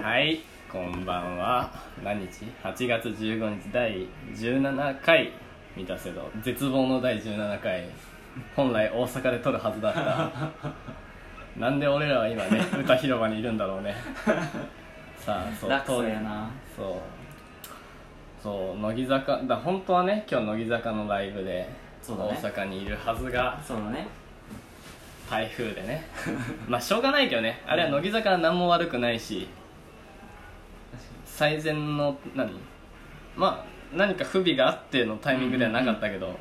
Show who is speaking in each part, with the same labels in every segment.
Speaker 1: はい、こんばんは。何日 ?8 月15日第17回満たせど、絶望の第17回。本来大阪で撮るはずだった。なんで俺らは 今ね、歌広場にいるんだろうね。さあ、そう、
Speaker 2: 楽
Speaker 1: と
Speaker 2: そうやな
Speaker 1: そう。そう、乃木坂、だ本当はね、今日乃木坂のライブで
Speaker 2: そうだ
Speaker 1: 大
Speaker 2: ね
Speaker 1: 阪にいるはずが、
Speaker 2: そうだね
Speaker 1: 台風でね まあしょうがないけどねあれは乃木坂は何も悪くないし最善の何まあ何か不備があってのタイミングではなかったけど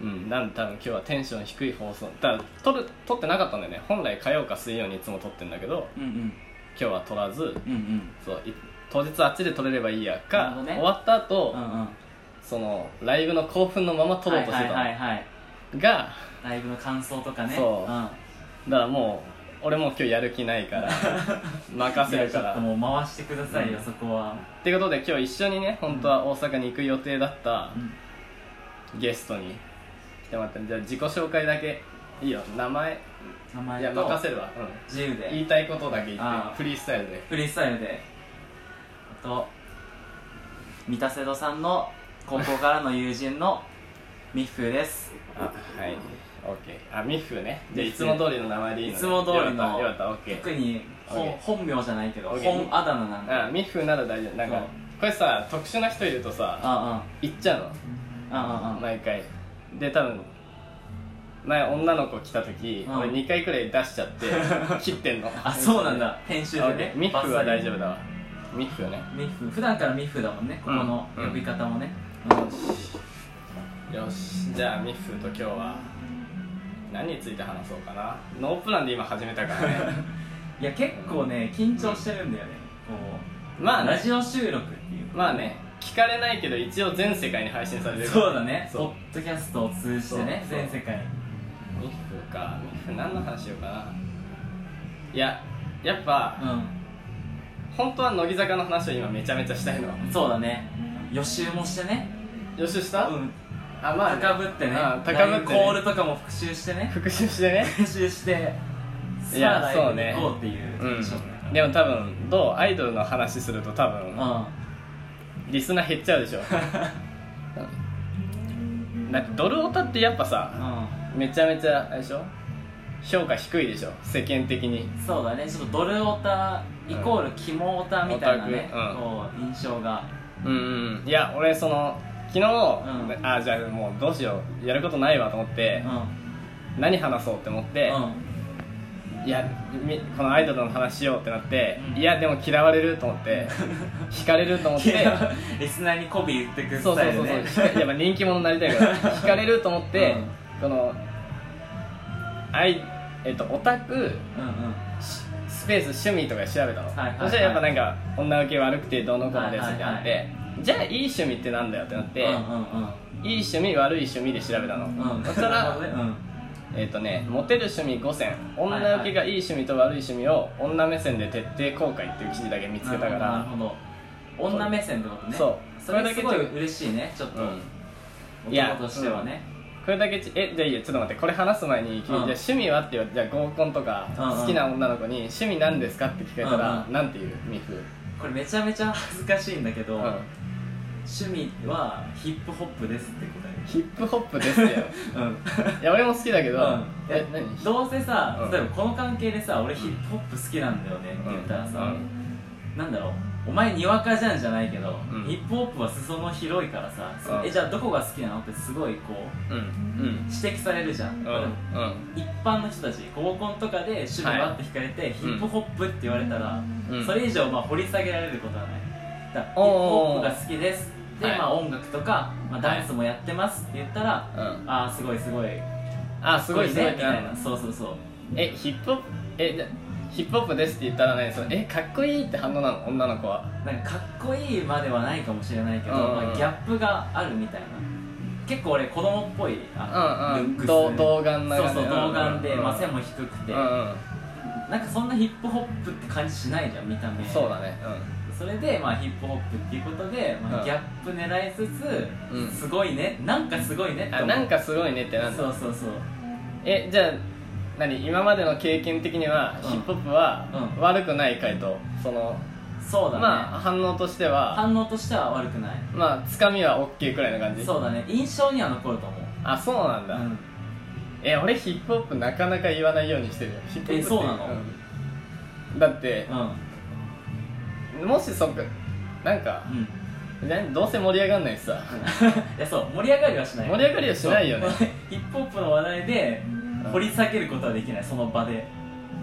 Speaker 1: うん、なんで多分今日はテンション低い放送だから撮る撮ってなかったんだよね本来火曜か水曜にいつも撮ってんだけど
Speaker 2: うんうん
Speaker 1: 今日は撮らず
Speaker 2: うんうん
Speaker 1: そうい当日あっちで撮れればいいや
Speaker 2: な
Speaker 1: か
Speaker 2: る、ほどね
Speaker 1: 終わった後、
Speaker 2: うんうん
Speaker 1: そのライブの興奮のまま撮ろうとしてたの、
Speaker 2: はいはいはい、はい、
Speaker 1: が
Speaker 2: ライブの感想とかね
Speaker 1: そう
Speaker 2: うん、
Speaker 1: だからもう俺もう今日やる気ない から任せるか
Speaker 2: いや
Speaker 1: ら
Speaker 2: ちょっともう回してくださいよ、
Speaker 1: うん
Speaker 2: そこは、
Speaker 1: ってことで今日一緒にね本当は大阪に行く予定だった
Speaker 2: うん
Speaker 1: ゲストに来てもらったんでじゃあ自己紹介だけいいよ名前
Speaker 2: 名
Speaker 1: いや
Speaker 2: 前と
Speaker 1: 任せるわ、う
Speaker 2: 自由
Speaker 1: ん、言い
Speaker 2: で
Speaker 1: たいことだけ言
Speaker 2: あ
Speaker 1: っ
Speaker 2: あ
Speaker 1: てフリースタイルで
Speaker 2: フリースタイルであと三田瀬戸さんの高校からの友 人のミッフーです
Speaker 1: あはい OK あミッフーねじゃあいつも通りの名前でいいの、ね、
Speaker 2: いつも通りの
Speaker 1: よかったよかった
Speaker 2: 特に本
Speaker 1: OK
Speaker 2: 本名じゃないけど
Speaker 1: OK
Speaker 2: 本あだ名なん
Speaker 1: OK
Speaker 2: だ
Speaker 1: あミッフーなら大丈夫なん
Speaker 2: そ
Speaker 1: か
Speaker 2: う
Speaker 1: これさ特殊な人いるとさ
Speaker 2: あ
Speaker 1: 言っちゃう
Speaker 2: ああ
Speaker 1: の
Speaker 2: ああ
Speaker 1: 毎回で多分前女の子来た時、
Speaker 2: うん
Speaker 1: 俺2回くらい出しちゃって 切ってんの
Speaker 2: あそうなんだ編集
Speaker 1: あ
Speaker 2: でね
Speaker 1: ミッフーは大丈
Speaker 2: 夫
Speaker 1: 夫だわミッフーね
Speaker 2: ミッフー普段からミッフーだもんねここの
Speaker 1: うん
Speaker 2: 呼び方もね、
Speaker 1: よしよしじゃあミッフーと今日は何について話そうかなノープランで今始めたからね
Speaker 2: いや結構ね緊張してるんだよね、こう
Speaker 1: まあね
Speaker 2: ラジオ収録っていう
Speaker 1: まあね聞かれないけど一応全世界に配信されてるから
Speaker 2: そうだね
Speaker 1: そう
Speaker 2: ポッドキャストを通じてね
Speaker 1: そう
Speaker 2: 全世界
Speaker 1: ミッフーかミッフー何の話しようかないややっぱ
Speaker 2: う
Speaker 1: 本当は乃木坂の話を今めちゃめちゃしたいの
Speaker 2: んそうだね予習もしてね
Speaker 1: 予習し
Speaker 2: う
Speaker 1: た、
Speaker 2: ん
Speaker 1: あまあね、
Speaker 2: 高ぶってね
Speaker 1: あ高ぶって、ね、
Speaker 2: コールとかも復習してね
Speaker 1: 復習してね
Speaker 2: 復習して
Speaker 1: い
Speaker 2: さあ
Speaker 1: や
Speaker 2: ライブに行こうっていうテンションだから
Speaker 1: でも多分どうアイドルの話すると多分、リスナー減っちゃうでしょだってドルオタってやっぱ
Speaker 2: う
Speaker 1: さ
Speaker 2: んうん
Speaker 1: めちゃめちゃあれでしょ評価低いでしょ世間的に
Speaker 2: そうだねちょっとドルオタイコールキモオタみたいなね、
Speaker 1: うん
Speaker 2: こう印象が
Speaker 1: うんうんいや俺その昨日、
Speaker 2: ん
Speaker 1: あじゃあもうどうしようやることないわと思っ
Speaker 2: う
Speaker 1: て
Speaker 2: ん、う、ん、
Speaker 1: 何話そうって思って、いやみこのアイドルの話しようってなって、
Speaker 2: うん
Speaker 1: いやでも嫌われると思って 惹かれると思っ
Speaker 2: い
Speaker 1: て
Speaker 2: や リスナーに媚び言ってくス
Speaker 1: そう
Speaker 2: タ
Speaker 1: そう
Speaker 2: イ
Speaker 1: そ
Speaker 2: ル
Speaker 1: う
Speaker 2: ね
Speaker 1: そう、 やっぱ人気者になりたいから 惹かれると思って、このあいえっとオタク
Speaker 2: うんうん
Speaker 1: しスペース趣味とか調べたの、
Speaker 2: はいはいはい
Speaker 1: そしたらやっぱなんか女受け悪くてどうのこうのですって
Speaker 2: は
Speaker 1: な
Speaker 2: いは
Speaker 1: っ
Speaker 2: い
Speaker 1: て、
Speaker 2: は
Speaker 1: じゃあいい趣味ってなんだよってなって、
Speaker 2: うんうん
Speaker 1: いい趣味悪い趣味で調べたの、
Speaker 2: うんうん
Speaker 1: そした
Speaker 2: なる
Speaker 1: ら
Speaker 2: ほどねうん
Speaker 1: えっ、とねモテる趣味5選
Speaker 2: はい
Speaker 1: 女受けがいい趣味と悪い趣味を女目線で徹底公開っていう記事だけ見つけたか
Speaker 2: なる
Speaker 1: ら、
Speaker 2: ほどなるほど女目線ってことね
Speaker 1: そう
Speaker 2: それすご
Speaker 1: これ
Speaker 2: い
Speaker 1: だけ
Speaker 2: 嬉しいねちょっと、
Speaker 1: うんいや
Speaker 2: 男としてはね、
Speaker 1: これだけちえじゃあいいよちょっと待ってこれ話す前に、君じゃあ趣味はって言われてじゃあ合コンとか
Speaker 2: うんうん
Speaker 1: 好きな女の子に趣味なんですかって聞かれたら、
Speaker 2: うんうん
Speaker 1: なんて言うミフ、
Speaker 2: これめちゃめちゃ恥ずかしいんだけど、
Speaker 1: うん、
Speaker 2: 趣味はヒップホップですって答
Speaker 1: ヒップホップです よ
Speaker 2: えるうん
Speaker 1: いや俺も好きだけど、
Speaker 2: うん
Speaker 1: え何
Speaker 2: どうせさ、
Speaker 1: うん
Speaker 2: 例えばこの関係でさ俺ヒップホップ好きなんだよねって言ったらさ、なんだろうお前にわかじゃんじゃないけど、
Speaker 1: うん
Speaker 2: ヒップホップは裾野広いからさ、その
Speaker 1: うん
Speaker 2: えじゃあどこが好きなのってすごいこう
Speaker 1: うんうん
Speaker 2: 指摘されるじゃん、
Speaker 1: うんうん
Speaker 2: 一般の人たち合コンとかで趣味
Speaker 1: はい
Speaker 2: バって引かれて、ヒップホップって言われたら、
Speaker 1: うん
Speaker 2: それ以上まあ掘り下げられることはないだからヒップ
Speaker 1: お
Speaker 2: ホ
Speaker 1: ー
Speaker 2: ップが好きですで、
Speaker 1: はい
Speaker 2: まあ、音楽とか、まあ、ダンスもやってますって言ったら、
Speaker 1: うん
Speaker 2: ああすごいすごい
Speaker 1: あすごいすごい
Speaker 2: ね
Speaker 1: っ
Speaker 2: み
Speaker 1: て
Speaker 2: た
Speaker 1: ないる
Speaker 2: な
Speaker 1: の
Speaker 2: そうそうそう
Speaker 1: えヒップホップえじゃあヒップホップですって言ったらねそのえかっこいいって反応なの女の子は
Speaker 2: なんかかっこいいまではないかもしれないけど、
Speaker 1: うんうん
Speaker 2: まあ、ギャップがあるみたいな結構俺子供っぽいあ
Speaker 1: うんうん
Speaker 2: ルックス
Speaker 1: ど童顔な
Speaker 2: そう
Speaker 1: 感じ
Speaker 2: そう
Speaker 1: うんうん
Speaker 2: 童顔で、
Speaker 1: うん
Speaker 2: まあ、背も低くて、
Speaker 1: うんうん
Speaker 2: なんかそんなヒップホップって感じしないじゃん見た目
Speaker 1: そうだね
Speaker 2: それで、まあ、ヒップホップっていうことで、ま
Speaker 1: うん
Speaker 2: あ、ギャップ狙いつつ、
Speaker 1: うん
Speaker 2: すごいねなんかすごいねっ
Speaker 1: うん
Speaker 2: て
Speaker 1: あ
Speaker 2: 思う
Speaker 1: なんかすごいねってなんだ
Speaker 2: そうそうそう
Speaker 1: えじゃあ何今までの経験的には、
Speaker 2: うん
Speaker 1: ヒップホップは
Speaker 2: うん
Speaker 1: 悪くない回答その
Speaker 2: そうだね、
Speaker 1: まあ反応としては
Speaker 2: 反応としては悪くない
Speaker 1: まあつかみは OK くらいの感じ
Speaker 2: そうだね印象には残ると思う、
Speaker 1: あそうなん
Speaker 2: う
Speaker 1: だ、
Speaker 2: ん、
Speaker 1: え俺ヒップホップなかなか言わないようにしてるよヒップホップって
Speaker 2: えそうなの
Speaker 1: んだって
Speaker 2: う、ん
Speaker 1: もしそっかなんか
Speaker 2: うん
Speaker 1: などうせ盛り上がんないしさ
Speaker 2: いやそう盛り上がりはしない
Speaker 1: 盛り上がりはしないよね
Speaker 2: そうヒップホップの話題で掘り下げることはできないその場で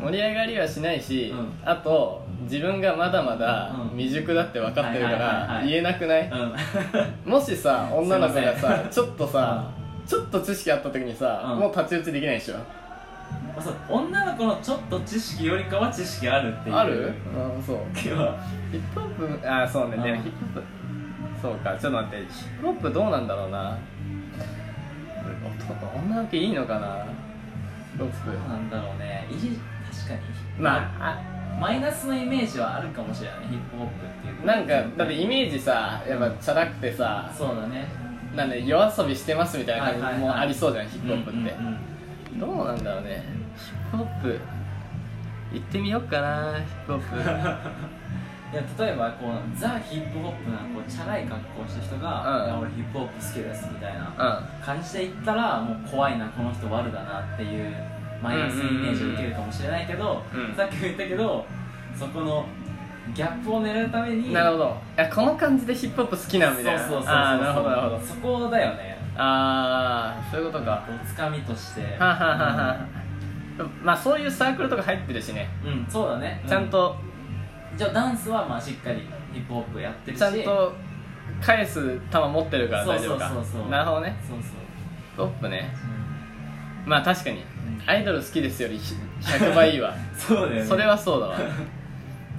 Speaker 1: 盛り上がりはしないし、
Speaker 2: うん
Speaker 1: あと自分がまだまだ
Speaker 2: うん
Speaker 1: 未熟だって分かってるか
Speaker 2: はいはいはい
Speaker 1: ら
Speaker 2: はい
Speaker 1: 言えなくない,、
Speaker 2: うん
Speaker 1: もしさ女の子が
Speaker 2: すいま
Speaker 1: さ
Speaker 2: せ
Speaker 1: ちょっとさ、ちょっと知識あった時にさ、
Speaker 2: うん
Speaker 1: もう太刀打ちできないでしょ
Speaker 2: まあそう女の子のちょっと知識よりかは知識あるっていう
Speaker 1: ある、うん、そう
Speaker 2: けど
Speaker 1: ヒップホップあそうねで
Speaker 2: う
Speaker 1: も
Speaker 2: ん
Speaker 1: ヒップホップそうかちょっと待ってヒップホップどうなんだろうな男女受けいいのかなロッ
Speaker 2: どう
Speaker 1: プ
Speaker 2: なんだろうねいい確かに
Speaker 1: まあ
Speaker 2: マイナスのイメージはあるかもしれないヒップホップっていう
Speaker 1: あ
Speaker 2: のは
Speaker 1: なんかだってイメージさやっぱチャラくてさ
Speaker 2: そうだね
Speaker 1: なんで夜遊びしてますみたいな
Speaker 2: はい
Speaker 1: 感
Speaker 2: は
Speaker 1: じ
Speaker 2: いは
Speaker 1: も
Speaker 2: い
Speaker 1: ありそうじゃん、ヒップホップって、
Speaker 2: うんうんうん
Speaker 1: どうなんだろうねヒップホップ行ってみようかなヒップホップ
Speaker 2: いや例えばこうザ・ヒップホップなこうチャラい格好した人が
Speaker 1: う
Speaker 2: 「
Speaker 1: ん
Speaker 2: いや俺ヒップホップ好きです」みたいな
Speaker 1: う
Speaker 2: 感じで言ったらもう怖いなこの人悪だなっていうマイナスのイメージを受けるかもしれないけど、
Speaker 1: うん
Speaker 2: さっきも言ったけどそこのギャップを狙うために
Speaker 1: んなるほどいやこの感じでヒップホップ好きなんみたいな
Speaker 2: そうそうそうそう
Speaker 1: ああなるほどなるほど
Speaker 2: そこだよね
Speaker 1: ああそういうことかは
Speaker 2: こうつかみとして
Speaker 1: あはあはあはあまあそういうサークルとか入ってるしね
Speaker 2: うんそうだね
Speaker 1: ちゃんと、
Speaker 2: うんじゃあダンスはまあしっかりヒップホップやってるし
Speaker 1: ちゃんと返す球持ってるから大丈夫か
Speaker 2: そうそうそうそう
Speaker 1: なるほどね
Speaker 2: そうそう
Speaker 1: ヒップホップね
Speaker 2: うん
Speaker 1: まあ確かにアイドル好きですよりひ100倍いい わ
Speaker 2: そうだよね
Speaker 1: それはそうだわ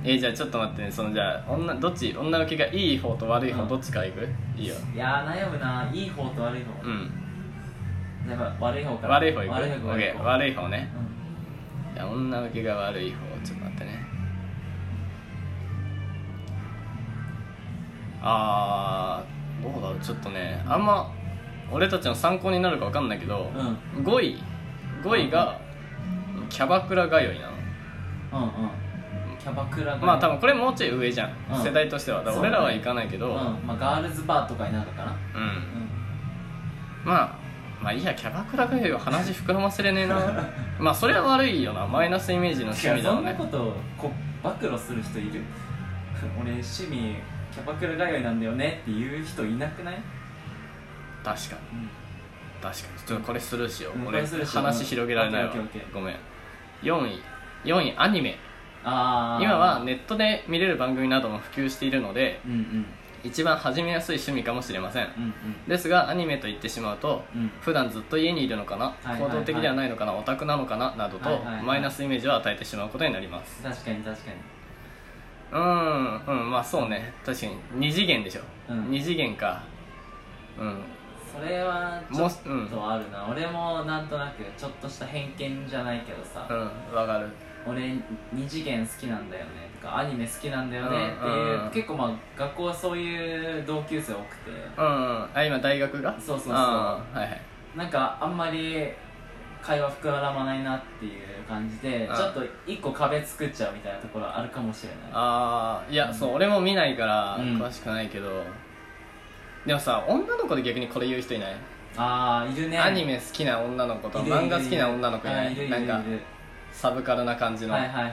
Speaker 1: えーじゃあちょっと待ってねそのじゃあ女どっち女受けがいい方と悪い方
Speaker 2: うん
Speaker 1: どっちからいく、いいよ
Speaker 2: いやー悩むないい方と悪い方、
Speaker 1: うん
Speaker 2: やっぱ悪い方から
Speaker 1: 悪い方いく
Speaker 2: 悪い方
Speaker 1: オッケー悪い方ね
Speaker 2: う
Speaker 1: じゃあ女受けが悪い方ちょっと待ってねあーどうだろうちょっとねあんま俺たちの参考になるか分かんないけど、
Speaker 2: んうんうん
Speaker 1: 5位5位がキャバクラ通いなの
Speaker 2: うんキャバクラが
Speaker 1: まあ多分これもうちょい上じゃん、
Speaker 2: うん
Speaker 1: 世代としてはだから俺らは行かないけど
Speaker 2: うんまあガールズバーとかになるかな
Speaker 1: うん
Speaker 2: う
Speaker 1: まあまあいいやキャバクラ通いは話膨らませれねえ なまあそれは悪いよなマイナスイメージの
Speaker 2: ん
Speaker 1: 趣
Speaker 2: いや
Speaker 1: 味だ
Speaker 2: そ
Speaker 1: ろうん
Speaker 2: な
Speaker 1: ね
Speaker 2: ことこう暴露する人いる 俺趣味キャバクラ通いなんだよねっていう人いなくない
Speaker 1: 確かに
Speaker 2: うん
Speaker 1: 確かにちょっとこれスルーしよう、
Speaker 2: うんこ
Speaker 1: 俺
Speaker 2: れスルーしよう
Speaker 1: 話広げられないわ
Speaker 2: オッケーオッケーオッケー
Speaker 1: ごめん4位4位アニメ
Speaker 2: ああ
Speaker 1: 今はネットで見れる番組なども普及しているので
Speaker 2: うんうん
Speaker 1: 一番始めやすい趣味かもしれません
Speaker 2: うん
Speaker 1: ですがアニメと言ってしまうと
Speaker 2: うんうん
Speaker 1: 普段ずっと家にいるのかな、
Speaker 2: はいはいはい
Speaker 1: 行動的ではないのかなオタクなのかななどと、
Speaker 2: はいはいはい
Speaker 1: マイナスイメージを与えてしまうことになります
Speaker 2: 確かに確かに
Speaker 1: うんうんまあそうね確かに2次元でしょ、
Speaker 2: うん
Speaker 1: 2次元かうん
Speaker 2: それはちょ
Speaker 1: も
Speaker 2: っ
Speaker 1: しうん
Speaker 2: とあるな、俺もなんとなくちょっとした偏見じゃないけどさ、
Speaker 1: うんわかる
Speaker 2: 俺二次元好きなんだよねとかアニメ好きなんだよねって
Speaker 1: うんうん
Speaker 2: いううん結構まあ学校はそういう同級生多くて
Speaker 1: うんうんあ今大学が
Speaker 2: そうそうそう
Speaker 1: あーはいはい
Speaker 2: なんかあんまり会話膨らまないなっていう感じで
Speaker 1: うん
Speaker 2: ちょっと一個壁作っちゃうみたいなところあるかもしれない
Speaker 1: ああいや、そう俺も見ないから
Speaker 2: うん
Speaker 1: 詳しくないけど、でもさ女の子で逆にこれ言う人いない、
Speaker 2: ああいるね
Speaker 1: アニメ好きな女の子と
Speaker 2: いるいるいる
Speaker 1: 漫画好きな女の子い
Speaker 2: あ
Speaker 1: な
Speaker 2: ー
Speaker 1: い
Speaker 2: いるい
Speaker 1: な
Speaker 2: るい
Speaker 1: ん
Speaker 2: る
Speaker 1: かサブカルな感じの、
Speaker 2: はいはいはい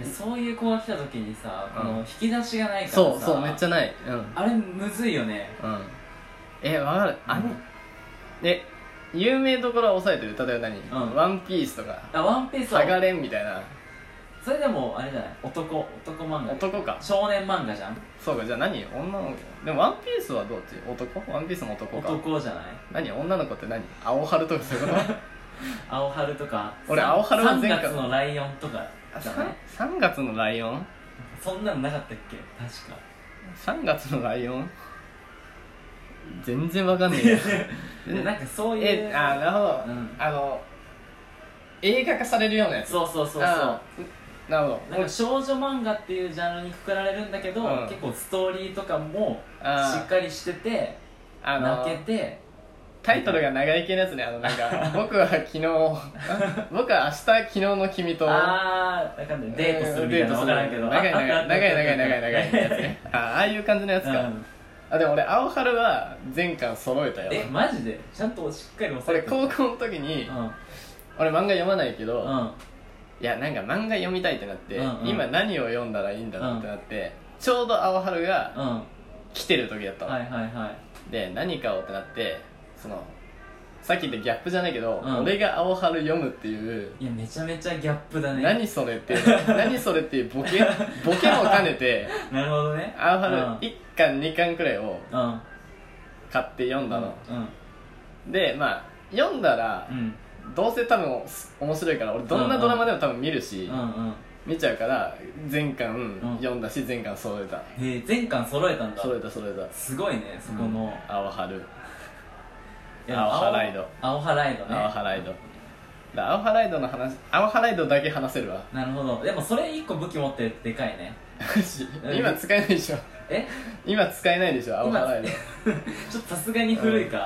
Speaker 2: えそういう子が来た時にさ
Speaker 1: うん
Speaker 2: この引き出しがないからさ、
Speaker 1: そうそうめっちゃないうん
Speaker 2: あれむずいよね
Speaker 1: うんえわかるあの、で有名どころは抑えてる例えば何、
Speaker 2: うん
Speaker 1: ワンピースとか
Speaker 2: あワンピー
Speaker 1: 「
Speaker 2: ス
Speaker 1: 下が
Speaker 2: は
Speaker 1: れん」みたいな
Speaker 2: それでもあれじゃない男男漫画
Speaker 1: 男か
Speaker 2: 少年漫画じゃん
Speaker 1: そうかじゃあ何女の子でも「ワンピースはどっち男ワンピースも男か
Speaker 2: 男じゃない
Speaker 1: 何女の子って何青春とかそういうこと
Speaker 2: 青春とか
Speaker 1: 俺青春は
Speaker 2: 3
Speaker 1: 前回
Speaker 2: 月のライオンとかじゃない
Speaker 1: 3, 月のライオン
Speaker 2: そんなのなかったっけ確か
Speaker 1: ?3 月のライオン全然わかん ねえよ
Speaker 2: でなんかそういう
Speaker 1: えあなるほど、
Speaker 2: うん
Speaker 1: あの映画化されるようなやつ
Speaker 2: そうそうそうそう
Speaker 1: あーなるほ
Speaker 2: なん
Speaker 1: ど
Speaker 2: か少女漫画っていうジャンルにくくられるんだけど、
Speaker 1: うん
Speaker 2: 結構ストーリーとかもし
Speaker 1: あー
Speaker 2: っかりしてて
Speaker 1: あの
Speaker 2: 泣けて
Speaker 1: タイトルが長い系のやつねあのなん か僕は昨日 あ僕は明日昨日の君と
Speaker 2: あーわかんないデートするみたいなの分からんけど
Speaker 1: 長い長い
Speaker 2: ああ
Speaker 1: 長い
Speaker 2: ったあった
Speaker 1: 長い長い長いやつ ねあああいう感じのやつか、
Speaker 2: うん
Speaker 1: あでも俺青春は全巻揃えたよ
Speaker 2: えマジでちゃんとしっかり押さ
Speaker 1: 俺
Speaker 2: えて
Speaker 1: 高校の時に、
Speaker 2: うん
Speaker 1: 俺漫画読まないけど、
Speaker 2: うん
Speaker 1: いやなんか漫画読みたいってなって、
Speaker 2: うんうん
Speaker 1: 今何を読んだらいいんだろうってなって、ちょうど青春が
Speaker 2: うん
Speaker 1: 来てる時だったの、
Speaker 2: はいはいはい
Speaker 1: で何かをってなってそのさっき言ったギャップじゃないけど、
Speaker 2: うん
Speaker 1: 俺が青春読むっていう、
Speaker 2: いやめちゃめちゃギャップだね
Speaker 1: 何それって 何それっていうボケボケも兼ねて
Speaker 2: なるほどね
Speaker 1: 青春
Speaker 2: うん
Speaker 1: 1巻2巻くらいを
Speaker 2: うん
Speaker 1: 買って読んだの、
Speaker 2: うん
Speaker 1: でまあ読んだら、
Speaker 2: うん
Speaker 1: どうせ多分面白いから俺どんなドラマでも多分見るし、
Speaker 2: うんうん
Speaker 1: 見ちゃうから前巻
Speaker 2: ん
Speaker 1: 読んだし前巻揃えた
Speaker 2: えー全巻揃えたんだ
Speaker 1: 揃えた揃えた
Speaker 2: すごいねそこの
Speaker 1: 青春
Speaker 2: いや
Speaker 1: アオハライド
Speaker 2: アオハライドね
Speaker 1: 青春ライドだ青春ライドの話青春ライドだけ話せるわ
Speaker 2: なるほどでもそれ一個武器持ってるってでかいね
Speaker 1: 今使えないでしょ
Speaker 2: え
Speaker 1: 今使えないでしょ青春 ライド
Speaker 2: ちょっとさすがに古いか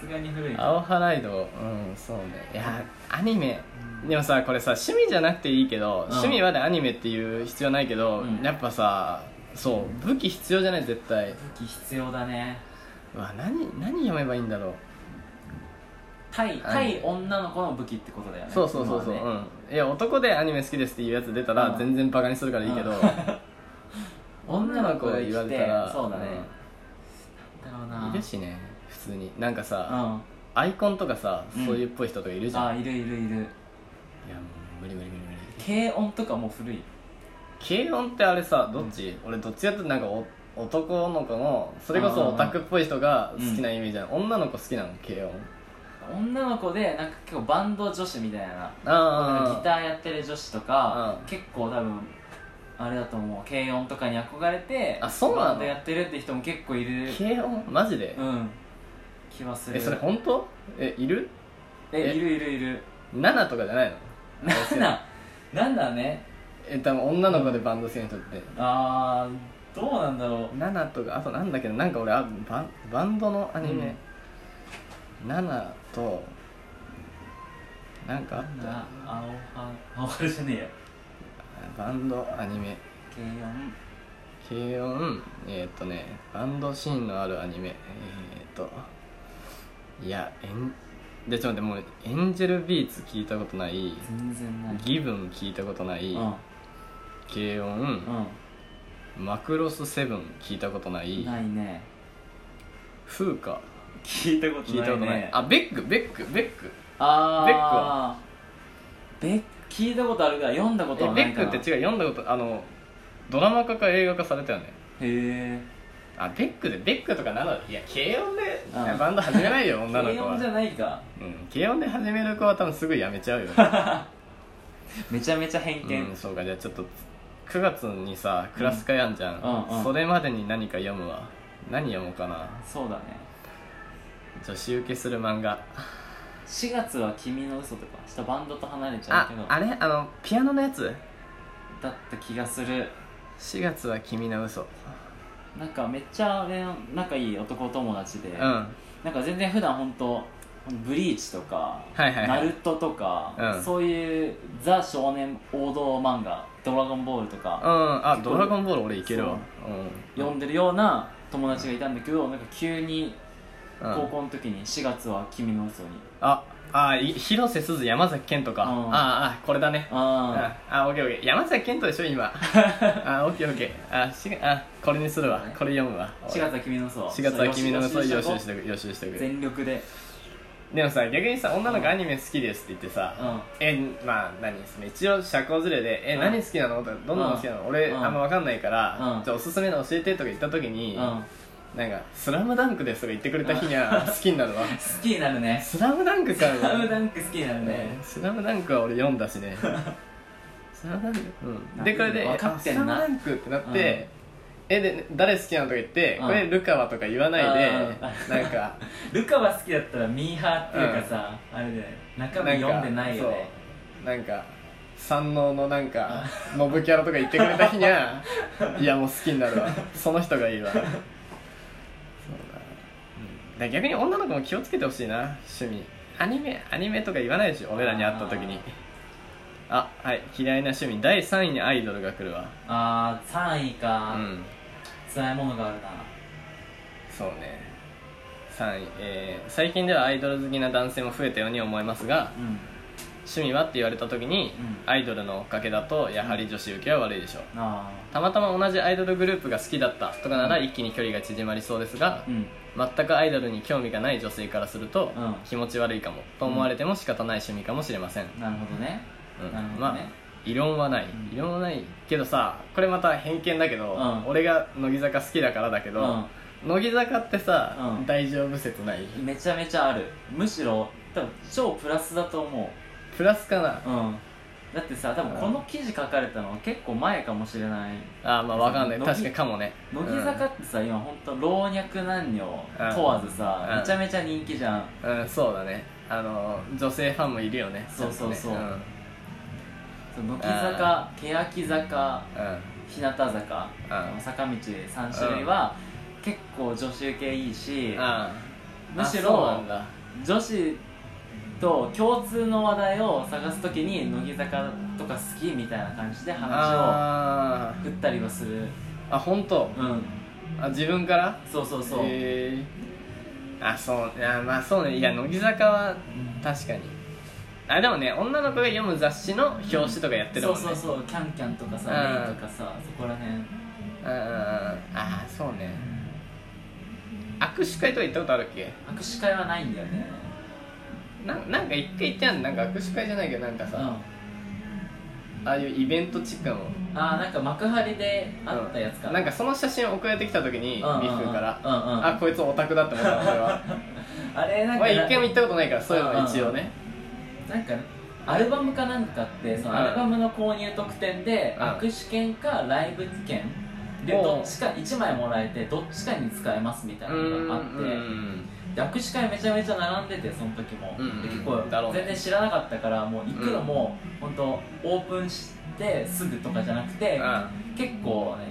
Speaker 2: さすがに古いか
Speaker 1: 青春ライドうんそうねいやアニメでもさこれさ趣味じゃなくていいけど、
Speaker 2: ん
Speaker 1: 趣味までアニメっていう必要ないけど、
Speaker 2: うん
Speaker 1: やっぱさそう武器必要じゃない絶対
Speaker 2: 武器必要だね
Speaker 1: うわ何何読めばいいんだろう
Speaker 2: 対対女の子の武器ってことだよね
Speaker 1: そうそうそうそう、
Speaker 2: 今はね
Speaker 1: うん、いや男でアニメ好きですっていうやつ出た
Speaker 2: う
Speaker 1: ら
Speaker 2: ん
Speaker 1: 全然バカにするからいいけど、
Speaker 2: うん女の子が言われたらそうだねだろう
Speaker 1: うん
Speaker 2: ない
Speaker 1: るしね普通になんか
Speaker 2: うん
Speaker 1: さ、
Speaker 2: あ
Speaker 1: アイコンとかさ
Speaker 2: うん
Speaker 1: そういうっぽい人とかいるじゃん、い
Speaker 2: いるいるいる
Speaker 1: やもう無理無理無理無理
Speaker 2: 軽音とかもう古い
Speaker 1: 軽音ってあれさどっち、俺どっちやってなんかお男の子のそれこそオタクっぽい人が好きなイメージある、女の子好きなの軽音
Speaker 2: 女の子でなんか結構バンド女子みたいななんか
Speaker 1: あ
Speaker 2: ギターやってる女子とか、
Speaker 1: うん
Speaker 2: 結構多分あれだと思う軽音とかに憧れて
Speaker 1: あそうなの
Speaker 2: バンドやってるって人も結構いる
Speaker 1: ー軽音マジで、
Speaker 2: うん気はする
Speaker 1: えそれ本当えいる
Speaker 2: え
Speaker 1: え
Speaker 2: いるいるいる
Speaker 1: ?7 とかじゃないの
Speaker 2: なんだなんだね
Speaker 1: え多分女の子でバンド好きな人って
Speaker 2: あーどうなんだろ
Speaker 1: ナナとかあとなんだけどなんか俺あバンバンドのアニメ、ナナとなんかあっ
Speaker 2: う
Speaker 1: た
Speaker 2: な青は青はじゃねえよ
Speaker 1: バンドアニメ
Speaker 2: 軽音
Speaker 1: 軽音えーっ、とねバンドシーンのあるアニメえーっ、といやエンでちょっと待ってもうエンジェルビーツ聞いたことない
Speaker 2: 全然ない
Speaker 1: ギブン聞いたことない
Speaker 2: うん
Speaker 1: 軽音マクロスセブン聞いたことな
Speaker 2: うん
Speaker 1: い
Speaker 2: ないね
Speaker 1: フーカ
Speaker 2: 聞いたこ
Speaker 1: 聞いたことないあベックベックベック
Speaker 2: あー
Speaker 1: ベックは
Speaker 2: ベック聞いたことあるが読んだこ
Speaker 1: え
Speaker 2: とは
Speaker 1: ベ
Speaker 2: ない
Speaker 1: ッ
Speaker 2: か
Speaker 1: ク
Speaker 2: な
Speaker 1: って違う読んだことあのドラマ化か映画化されたよね
Speaker 2: へえ
Speaker 1: あベックでベックとかなのいや軽音で
Speaker 2: うん
Speaker 1: いやバンド始めない よ女の
Speaker 2: 軽
Speaker 1: 子
Speaker 2: 音
Speaker 1: は
Speaker 2: じゃないか
Speaker 1: うん軽音で始める子は多分すぐやめちゃうよ、
Speaker 2: めちゃめちゃ偏見、
Speaker 1: うんそうかじゃあちょっと9月にさクラス会やんじゃん、
Speaker 2: うんうんうん
Speaker 1: それまでに何か読むわ何読もうかな
Speaker 2: そうだね
Speaker 1: 女子受けする漫画
Speaker 2: 4月は「君の嘘とかしたバンドと離れちゃう
Speaker 1: あ
Speaker 2: けど
Speaker 1: あれあのピアノのやつ
Speaker 2: だった気がする
Speaker 1: 4月は君の嘘
Speaker 2: なんかめっちゃ俺の仲いい男友達で、
Speaker 1: うんは
Speaker 2: なんか全然普段本当ブリーチとか、
Speaker 1: いはいは
Speaker 2: ナ
Speaker 1: い
Speaker 2: ルトとか、
Speaker 1: うん
Speaker 2: そういうザ少年王道漫画「ドラゴンボール」と
Speaker 1: う
Speaker 2: か
Speaker 1: んあドラゴンボール俺いけるわうん
Speaker 2: 読んでるような友達がいたんだけど、なんか急に
Speaker 1: うん
Speaker 2: 高校の時に4月は君の嘘に、
Speaker 1: ああい広瀬すず山崎賢人か、
Speaker 2: うん
Speaker 1: ああこれだね
Speaker 2: あ
Speaker 1: ああオッケーオッケー山崎賢人でしょ 今あオッケーオッケーあしあこれにするわこれ読むわ
Speaker 2: あ4月は君の嘘
Speaker 1: 4月は君の嘘
Speaker 2: よし
Speaker 1: 予
Speaker 2: よし
Speaker 1: 習
Speaker 2: よし
Speaker 1: してく予習してく
Speaker 2: 全力で
Speaker 1: でもさ逆にさ女の子アニメ好きですって言ってさ、
Speaker 2: うん
Speaker 1: えまあ何その一応社交連れで「え、
Speaker 2: うん
Speaker 1: 何好きなの?」とか「どんなの好きなの、俺、
Speaker 2: うん
Speaker 1: あんま分かんないから、
Speaker 2: うん
Speaker 1: じゃあおすすめの教えて」とか言った時に、
Speaker 2: うん
Speaker 1: なんか「スラムダンクです」とか言ってくれた日には好きにな るわ
Speaker 2: 好きになるね
Speaker 1: スラムダンクか
Speaker 2: スラムダンク好きになるね
Speaker 1: スラムダンクは俺読んだし ねスラムダンク、うん、でこれで
Speaker 2: 分か
Speaker 1: あ
Speaker 2: って
Speaker 1: ス
Speaker 2: ん
Speaker 1: ラ
Speaker 2: な
Speaker 1: ムダンクってなって、えで誰好きなのとか言って、
Speaker 2: うん
Speaker 1: これルカワとか言わないで、
Speaker 2: うん
Speaker 1: なん か
Speaker 2: ルカは好きだったらミーハーっていうかさ、あれだよね中身読んでないよね
Speaker 1: そうなんか山王のなんかモブキャラとか言ってくれた日にゃいやもう好きになるわその人がいいわそうだ、うんから逆に女の子も気をつけてほしいな趣味アニメアニメとか言わないでしょ俺らに会った時にあはい嫌いな趣味第3位にアイドルが来るわ
Speaker 2: あー3位か、
Speaker 1: うん
Speaker 2: 辛いものがあるな
Speaker 1: そうね3位、えー最近ではアイドル好きな男性も増えたように思いますが
Speaker 2: うん
Speaker 1: 趣味はって言われた時に、
Speaker 2: うん
Speaker 1: アイドルのおかげだとやはり女子受けは悪いでしょう
Speaker 2: あ
Speaker 1: たまたま同じアイドルグループが好きだったとかなら
Speaker 2: うん
Speaker 1: 一気に距離が縮まりそうですが
Speaker 2: あう、ん
Speaker 1: 全くアイドルに興味がない女性からすると、
Speaker 2: うん
Speaker 1: 気持ち悪いかもと思われても仕方ない趣味かもしれません、
Speaker 2: なるほどね
Speaker 1: うん
Speaker 2: なるほどね
Speaker 1: まあ異論はない、
Speaker 2: うん
Speaker 1: 異論はないけどさこれまた偏見だけど、
Speaker 2: うん
Speaker 1: 俺が乃木坂好きだからだけど、乃木坂ってさ、
Speaker 2: うん
Speaker 1: 大丈夫説ない
Speaker 2: うんめちゃめちゃあるむしろ多分超プラスだと思
Speaker 1: プラスかな
Speaker 2: ううんだってさ多分この記事書かれたのは結構前かもしれない
Speaker 1: あーまあわかんない
Speaker 2: 乃木
Speaker 1: 確かにかもね
Speaker 2: 乃木坂ってさ、今ほんと老若男女問わずさ、
Speaker 1: うん
Speaker 2: めちゃめちゃ人気じゃん
Speaker 1: うん、うんそうだねあの女性ファンもいるよね
Speaker 2: そうそうそう
Speaker 1: ちゃんとね
Speaker 2: その乃木坂欅坂
Speaker 1: うんうん
Speaker 2: 日向坂、
Speaker 1: うん
Speaker 2: 坂道3種類は、結構女子受けいいし、
Speaker 1: あー
Speaker 2: むし
Speaker 1: あそうな
Speaker 2: ろ
Speaker 1: んだ
Speaker 2: 女子と共通の話題を探すときに乃木坂とか好きみたいな感じで話を
Speaker 1: あ
Speaker 2: 振ったりはする
Speaker 1: ーあ本当
Speaker 2: うん
Speaker 1: あ自分から
Speaker 2: そうそうそう、
Speaker 1: へーあそうあまあそうねいや乃木坂は確かにあでもね女の子が読む雑誌の表紙とかやってるもんね
Speaker 2: そうそうそうキャンキャンとかさ
Speaker 1: うん
Speaker 2: メイとかさそこら辺
Speaker 1: うんうんうんあーそうね握手会とか行ったことあるっけ
Speaker 2: 握手会はないんだよね
Speaker 1: ななんか一回行ったやんなんか握手会じゃないけどなんか
Speaker 2: う
Speaker 1: さ、
Speaker 2: ん
Speaker 1: ああいうイベントチックなの
Speaker 2: あーなんか幕張であったやつか
Speaker 1: なんかその写真送られてきた時に
Speaker 2: う
Speaker 1: ビ
Speaker 2: んうんうん
Speaker 1: フから、
Speaker 2: うんうん
Speaker 1: あこいつオタクだって思ったの俺は
Speaker 2: あれなんか
Speaker 1: 俺一回も行ったことないからそういうの一応ね
Speaker 2: なんかアルバムかなんかってそのアルバムの購入特典で
Speaker 1: うん
Speaker 2: 握手券かライブ券で
Speaker 1: おう
Speaker 2: どっちか1枚もらえてどっちかに使えますみたいなのがあっ
Speaker 1: うんうん
Speaker 2: てで握手会めちゃめちゃ並んでてその時も、
Speaker 1: うんうん
Speaker 2: で結構
Speaker 1: だろうね
Speaker 2: 全然知らなかったからもう行くのも、本当オープンしてすぐとかじゃなくて、
Speaker 1: あ
Speaker 2: 結構ね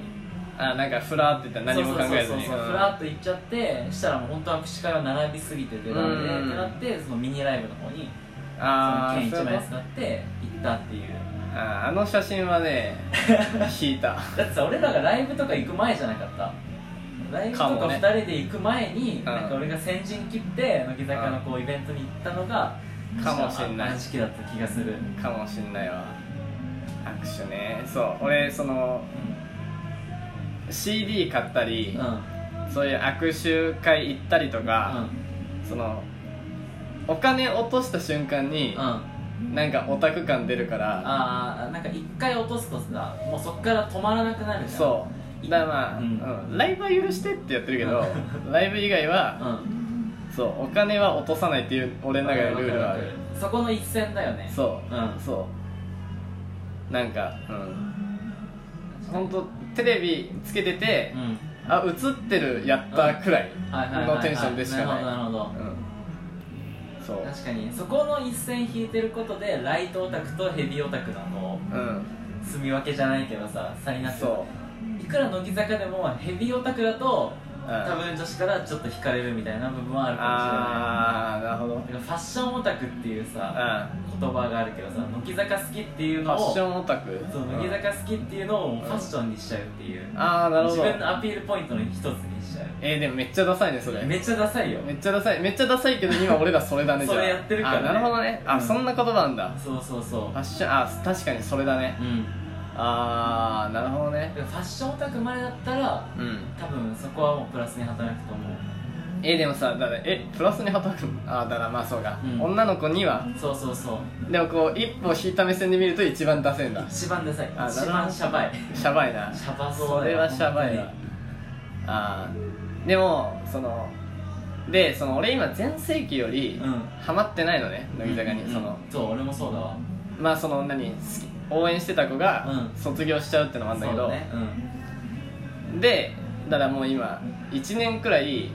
Speaker 1: あなんかふらーって言ったら何も考えずに
Speaker 2: そうそうそうそうふらっと行っちゃってしたらもう本当握手会は並びすぎててなんで、
Speaker 1: うん
Speaker 2: ってなってそのミニライブの方に
Speaker 1: あ
Speaker 2: そ
Speaker 1: ー
Speaker 2: の券
Speaker 1: そうい
Speaker 2: 1
Speaker 1: うこ
Speaker 2: 枚使って行ったっていう
Speaker 1: とあーあの写真はね 引いた
Speaker 2: だってさ俺らがライブとか行く前じゃなかったライブとか
Speaker 1: かもね
Speaker 2: 2人で行く前に、
Speaker 1: ん
Speaker 2: なんか俺が先陣切って乃木坂のこうイベントに行ったのが
Speaker 1: かもしんない
Speaker 2: あの時期だった気がする、うん
Speaker 1: かもしんないわ握手ねそう俺その CD 買ったり、
Speaker 2: うん
Speaker 1: そういう握手会行ったりとか、そのお金落とした瞬間に
Speaker 2: うん、あ
Speaker 1: なんかオタク感出るから
Speaker 2: あーなんか一回落とすとさもうそっから止まらなくなるじゃん
Speaker 1: そうだからまあ、
Speaker 2: う
Speaker 1: うんんライブは許してってやってるけ どライブ以外は
Speaker 2: うん
Speaker 1: そうお金は落とさないっていう俺の中でルールはある
Speaker 2: そこの一線だよね
Speaker 1: そう、
Speaker 2: うん
Speaker 1: そうなんかうん本当テレビつけてて、
Speaker 2: うん
Speaker 1: あ映ってるやったくらい
Speaker 2: はいはいはいはい
Speaker 1: のテンションでしかない
Speaker 2: なるほどなるほ
Speaker 1: う
Speaker 2: ど
Speaker 1: んそう
Speaker 2: 確かにそこの一線引いてることでライトオタクとヘビオタクのこう
Speaker 1: うん
Speaker 2: 住み分けじゃないけどささりな
Speaker 1: そ
Speaker 2: いくら乃木坂でもヘビオタクだと、
Speaker 1: うん
Speaker 2: 多分女子からちょっと惹かれるみたいな部分は
Speaker 1: うあ
Speaker 2: あ
Speaker 1: あなるほどう
Speaker 2: るかもしれないだからファッションオタクっていうさ
Speaker 1: ん
Speaker 2: 言葉があるけどさ乃木坂好きっていう
Speaker 1: ファ
Speaker 2: の
Speaker 1: ッ
Speaker 2: を
Speaker 1: ションオタク
Speaker 2: そう乃木坂好きっていうのをもうファッションにしちゃうっていう、
Speaker 1: うんああなるほ
Speaker 2: 自
Speaker 1: ど
Speaker 2: 分のアピールポイントの一つにしちゃう
Speaker 1: えー、でもめっちゃダサいねそれ
Speaker 2: めっちゃダサいよ
Speaker 1: めっちゃダサいめっちゃダサいけど今俺らそれだね
Speaker 2: それやってるからね
Speaker 1: あなるほどねあ、
Speaker 2: うん
Speaker 1: そんな言葉なんだ
Speaker 2: そうそうそう
Speaker 1: ファッションあ確かにそれだね
Speaker 2: うん
Speaker 1: ああなるほどね
Speaker 2: だからファッションオタクまでだったら
Speaker 1: うん
Speaker 2: 多分そこはもうプラスに働くと思う
Speaker 1: えでもさだからえプラスに働くのあだからまあそうか、
Speaker 2: うん
Speaker 1: 女の子には
Speaker 2: そうそうそう
Speaker 1: でもこう一歩引いた目線で見ると一番ダセえんだ
Speaker 2: 一番ダサい
Speaker 1: あ
Speaker 2: 一番シャバい
Speaker 1: シャバいな
Speaker 2: シャバそう
Speaker 1: そ
Speaker 2: だ
Speaker 1: れ
Speaker 2: よ
Speaker 1: はシャバい
Speaker 2: 本
Speaker 1: なあーでもそのでその俺今全盛期より
Speaker 2: 当にうん
Speaker 1: ハマってないのね乃木坂に、
Speaker 2: うん
Speaker 1: その
Speaker 2: そう俺もそうだわ
Speaker 1: まあその何好き応援してた子が
Speaker 2: うん
Speaker 1: 卒業しちゃうってのもあるんだけ
Speaker 2: そ
Speaker 1: ど、
Speaker 2: うねうん
Speaker 1: でだからもう今1年くらい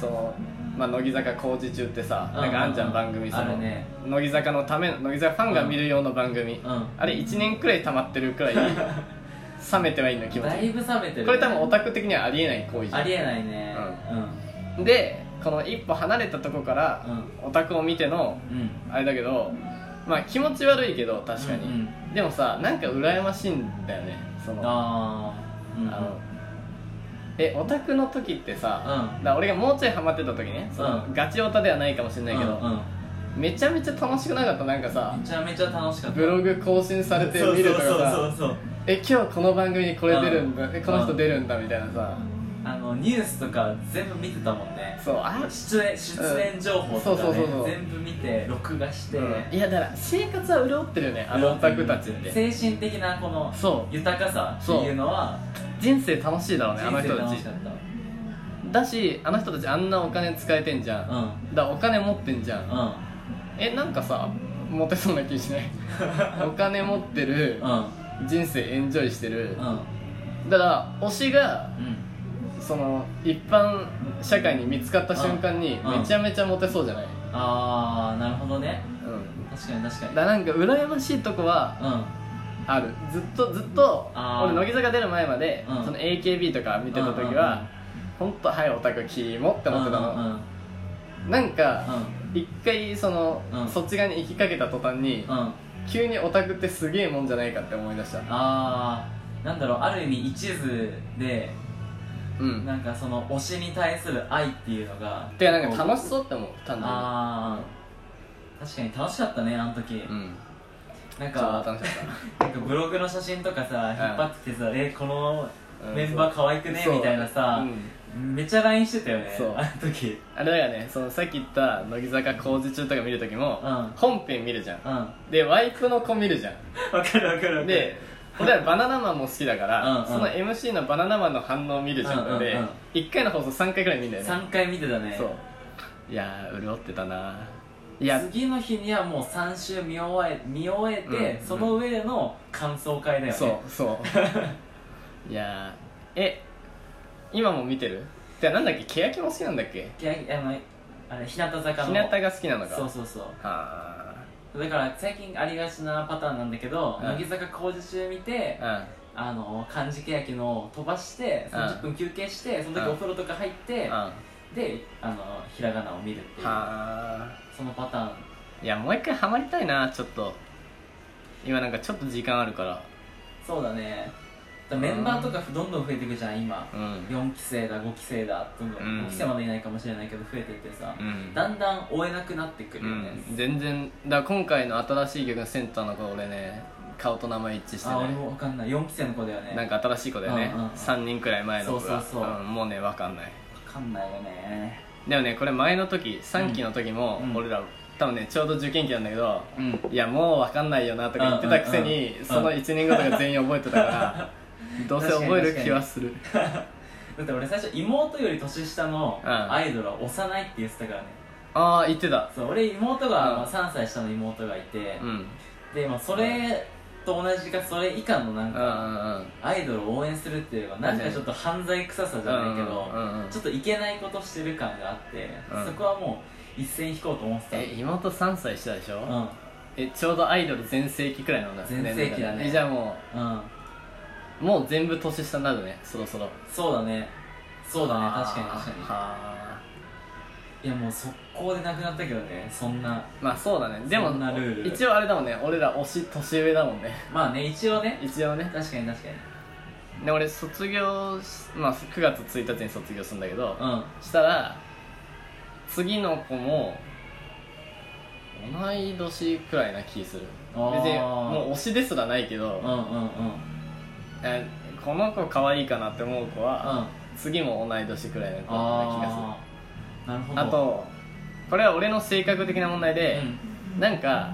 Speaker 1: その、まあ、乃木坂工事中ってさなんかあんじゃん番組そ
Speaker 2: あ
Speaker 1: の、
Speaker 2: るね
Speaker 1: 乃木坂のための乃木坂ファンが見る用の番組、
Speaker 2: う
Speaker 1: あれ1年くらい溜まってるく らい冷めてはいいの気
Speaker 2: ん
Speaker 1: 持ち
Speaker 2: だいぶ冷めてるね
Speaker 1: これ多分オタク的にはありえない行為じ
Speaker 2: あり
Speaker 1: ゃ
Speaker 2: えないね
Speaker 1: んでこの一歩離れたとこから
Speaker 2: う
Speaker 1: オタクを見ての
Speaker 2: うん
Speaker 1: あれだけどまあ気持ち悪いけど確かに、
Speaker 2: うん
Speaker 1: でもさなんか羨ましいんだよねその
Speaker 2: あーうん
Speaker 1: あのえオタクの時ってさ、
Speaker 2: うん
Speaker 1: だから俺がもうちょいハマってた時ねその、
Speaker 2: うん
Speaker 1: ガチオタではないかもしれないけど、
Speaker 2: うんうん
Speaker 1: めちゃめちゃ楽しくなかったなんかさ
Speaker 2: めちゃめちゃ楽しかった
Speaker 1: ブログ更新されて見るとかさ
Speaker 2: そうそうそうそう
Speaker 1: え今日この番組にこれ出るんだ、
Speaker 2: うん
Speaker 1: えこの人出るんだみたいなさ、
Speaker 2: あのニュースとか全部見てたもんね
Speaker 1: そうあ
Speaker 2: 出演出演情報と
Speaker 1: う
Speaker 2: か
Speaker 1: んそうそうそ
Speaker 2: ね
Speaker 1: うそう
Speaker 2: 全部見て録画して
Speaker 1: いやだから生活は潤ってるよねあのオタクたちって
Speaker 2: 精神的なこの
Speaker 1: そう
Speaker 2: 豊かさっていうのは
Speaker 1: 人生楽しいだろうねあの
Speaker 2: 人生
Speaker 1: 人た
Speaker 2: 楽
Speaker 1: ち
Speaker 2: しかっ
Speaker 1: だしあの人たちあんなお金使えてんじゃん、
Speaker 2: たうん
Speaker 1: だからお金持ってんじゃん、えなんかさモテそうな気し ないお金持ってる
Speaker 2: うんうん
Speaker 1: 人生エンジョイしてる
Speaker 2: うん
Speaker 1: だから推しが
Speaker 2: うん
Speaker 1: その一般社会に見つかった瞬間に
Speaker 2: うん
Speaker 1: めちゃめちゃモテそうじゃない、
Speaker 2: ああなるほどね
Speaker 1: うん、
Speaker 2: 確かに確かに
Speaker 1: だからなんか羨ましいとこは
Speaker 2: うん
Speaker 1: あるずっとずっと
Speaker 2: あー
Speaker 1: 俺乃木坂出る前まで、
Speaker 2: うん
Speaker 1: その AKB とか見てた時は、ほんとはいオタクキモって思ってたの、
Speaker 2: うんうんうん
Speaker 1: なんか一回その、
Speaker 2: うん
Speaker 1: そっち側に行きかけた途端に、
Speaker 2: うんうん
Speaker 1: 急にオタクってすげえもんじゃないかって思い出した
Speaker 2: ああなんだろうある意味一途で
Speaker 1: うん
Speaker 2: なんかその推しに対する愛っていうのが
Speaker 1: てかなんか楽しそうって思う単純
Speaker 2: ああ確かに楽しかったねあの時、
Speaker 1: にうん
Speaker 2: なん
Speaker 1: 超
Speaker 2: か
Speaker 1: 楽しかっ
Speaker 2: なんかブログの写真とかさ引っ張ってきてさ、えこの
Speaker 1: たうん
Speaker 2: メンバー可愛くね、
Speaker 1: そう
Speaker 2: みたいなさ
Speaker 1: う、ん
Speaker 2: めっちゃ LINE してたよね
Speaker 1: そう
Speaker 2: あの時
Speaker 1: あれだよねそのさっき言った乃木坂工事中とか見るときも、
Speaker 2: うん
Speaker 1: 本編見るじゃん
Speaker 2: うんわ
Speaker 1: でワイプの子見るじゃ
Speaker 2: かるわかるわか
Speaker 1: ん
Speaker 2: る
Speaker 1: で俺らバナナマンも好きだから、
Speaker 2: うんうん
Speaker 1: その MC のバナナマンの反応を見るじゃん、
Speaker 2: うんうんうん
Speaker 1: で1回の放送3回くらい見るんだよね
Speaker 2: 3回見てたね
Speaker 1: そういやー潤ってたなーいや
Speaker 2: 次の日にはもう3週見終え見終えて、
Speaker 1: うんうん
Speaker 2: その上での感想会だよね
Speaker 1: そうそう いやーえ今も見てるてかなんだっけ欅も好きなんだっけ
Speaker 2: いやあのあれ日向坂
Speaker 1: 日
Speaker 2: の
Speaker 1: 向が好きなのか
Speaker 2: そうそうそう
Speaker 1: は
Speaker 2: だから最近ありがちなパターンなんだけど、
Speaker 1: うん
Speaker 2: 乃木坂工事中見て、
Speaker 1: あ
Speaker 2: あの漢字欅の飛ばして
Speaker 1: うん
Speaker 2: 30分休憩して、その
Speaker 1: う
Speaker 2: 時
Speaker 1: ん
Speaker 2: お風呂とか入って、
Speaker 1: うんうんは
Speaker 2: であのひらがなを見るっていう
Speaker 1: あ
Speaker 2: そのパターン
Speaker 1: いやもう一回ハマりたいなちょっと今なんかちょっと時間あるから
Speaker 2: そうだねだからメンバーとかどんどん増えていくじゃん今、
Speaker 1: うん
Speaker 2: 4期生だ5期生だどんどん、
Speaker 1: うん
Speaker 2: 5期生までいないかもしれないけど増えていってさ、
Speaker 1: うん
Speaker 2: だんだん追えなくなってく
Speaker 1: う
Speaker 2: るよね、
Speaker 1: ん、全然だから今回の新しい曲のセンターの子俺ね顔と名前一致して
Speaker 2: あ俺
Speaker 1: ね
Speaker 2: も分かんない4期生の子だよね
Speaker 1: なんか新しい子だよね、
Speaker 2: うんうんうん
Speaker 1: 3人くらい前の子が
Speaker 2: そうそうそうん
Speaker 1: もうね分かんない
Speaker 2: 分かんないよね
Speaker 1: でもねこれ前の時3期の時も、
Speaker 2: うん
Speaker 1: 俺ら多分ねちょうど受験期なんだけど、
Speaker 2: うん
Speaker 1: いやもう分かんないよなとか言ってたくせに、
Speaker 2: うんうんうん
Speaker 1: その1年後とか全員覚えてたから どうせ覚える気はする
Speaker 2: だって俺最初妹より年下の
Speaker 1: うん
Speaker 2: アイドルは幼いって言ってたからね、
Speaker 1: ああ言ってた
Speaker 2: そう俺妹
Speaker 1: うん
Speaker 2: が、まあ3歳下の妹がいて、
Speaker 1: うんうん
Speaker 2: で、まあ、それと同じかそれ以下のなん
Speaker 1: う
Speaker 2: か、
Speaker 1: んうん
Speaker 2: アイドルを応援するっていうのがなんかちょっと犯罪臭さじゃないけど、
Speaker 1: うんうんうん
Speaker 2: ちょっといけないことしてる感があって、
Speaker 1: うん
Speaker 2: そこはもう一線引こうと思ってた
Speaker 1: え妹3歳したでしょ、
Speaker 2: うん
Speaker 1: えちょうどアイドル全盛期くらいの
Speaker 2: 全盛期だね
Speaker 1: えじゃあも
Speaker 2: うん
Speaker 1: うもう全部年下になるねそろそろ
Speaker 2: そうだねそうだね
Speaker 1: あー
Speaker 2: 確かに確か
Speaker 1: はー
Speaker 2: にいやもう速攻でなくなったけどねそんな
Speaker 1: まあそうだねでも
Speaker 2: そんなルール
Speaker 1: 一応あれだもんね俺ら推し年上だもんね
Speaker 2: まあね一応ね
Speaker 1: 一応ね
Speaker 2: 確かに確かに
Speaker 1: で俺卒業し、まあ、9月1日に卒業するんだけど、
Speaker 2: うん
Speaker 1: したら次の子も同い年くらいな気する別
Speaker 2: あー
Speaker 1: にもう推しですらないけど、
Speaker 2: うんうんうん
Speaker 1: えこの子可愛いかなって思う子は、
Speaker 2: あ
Speaker 1: 次も同い年くらいの子な気がする
Speaker 2: あーなるほど
Speaker 1: あとこれは俺の性格的な問題
Speaker 2: う
Speaker 1: で、
Speaker 2: ん
Speaker 1: なんか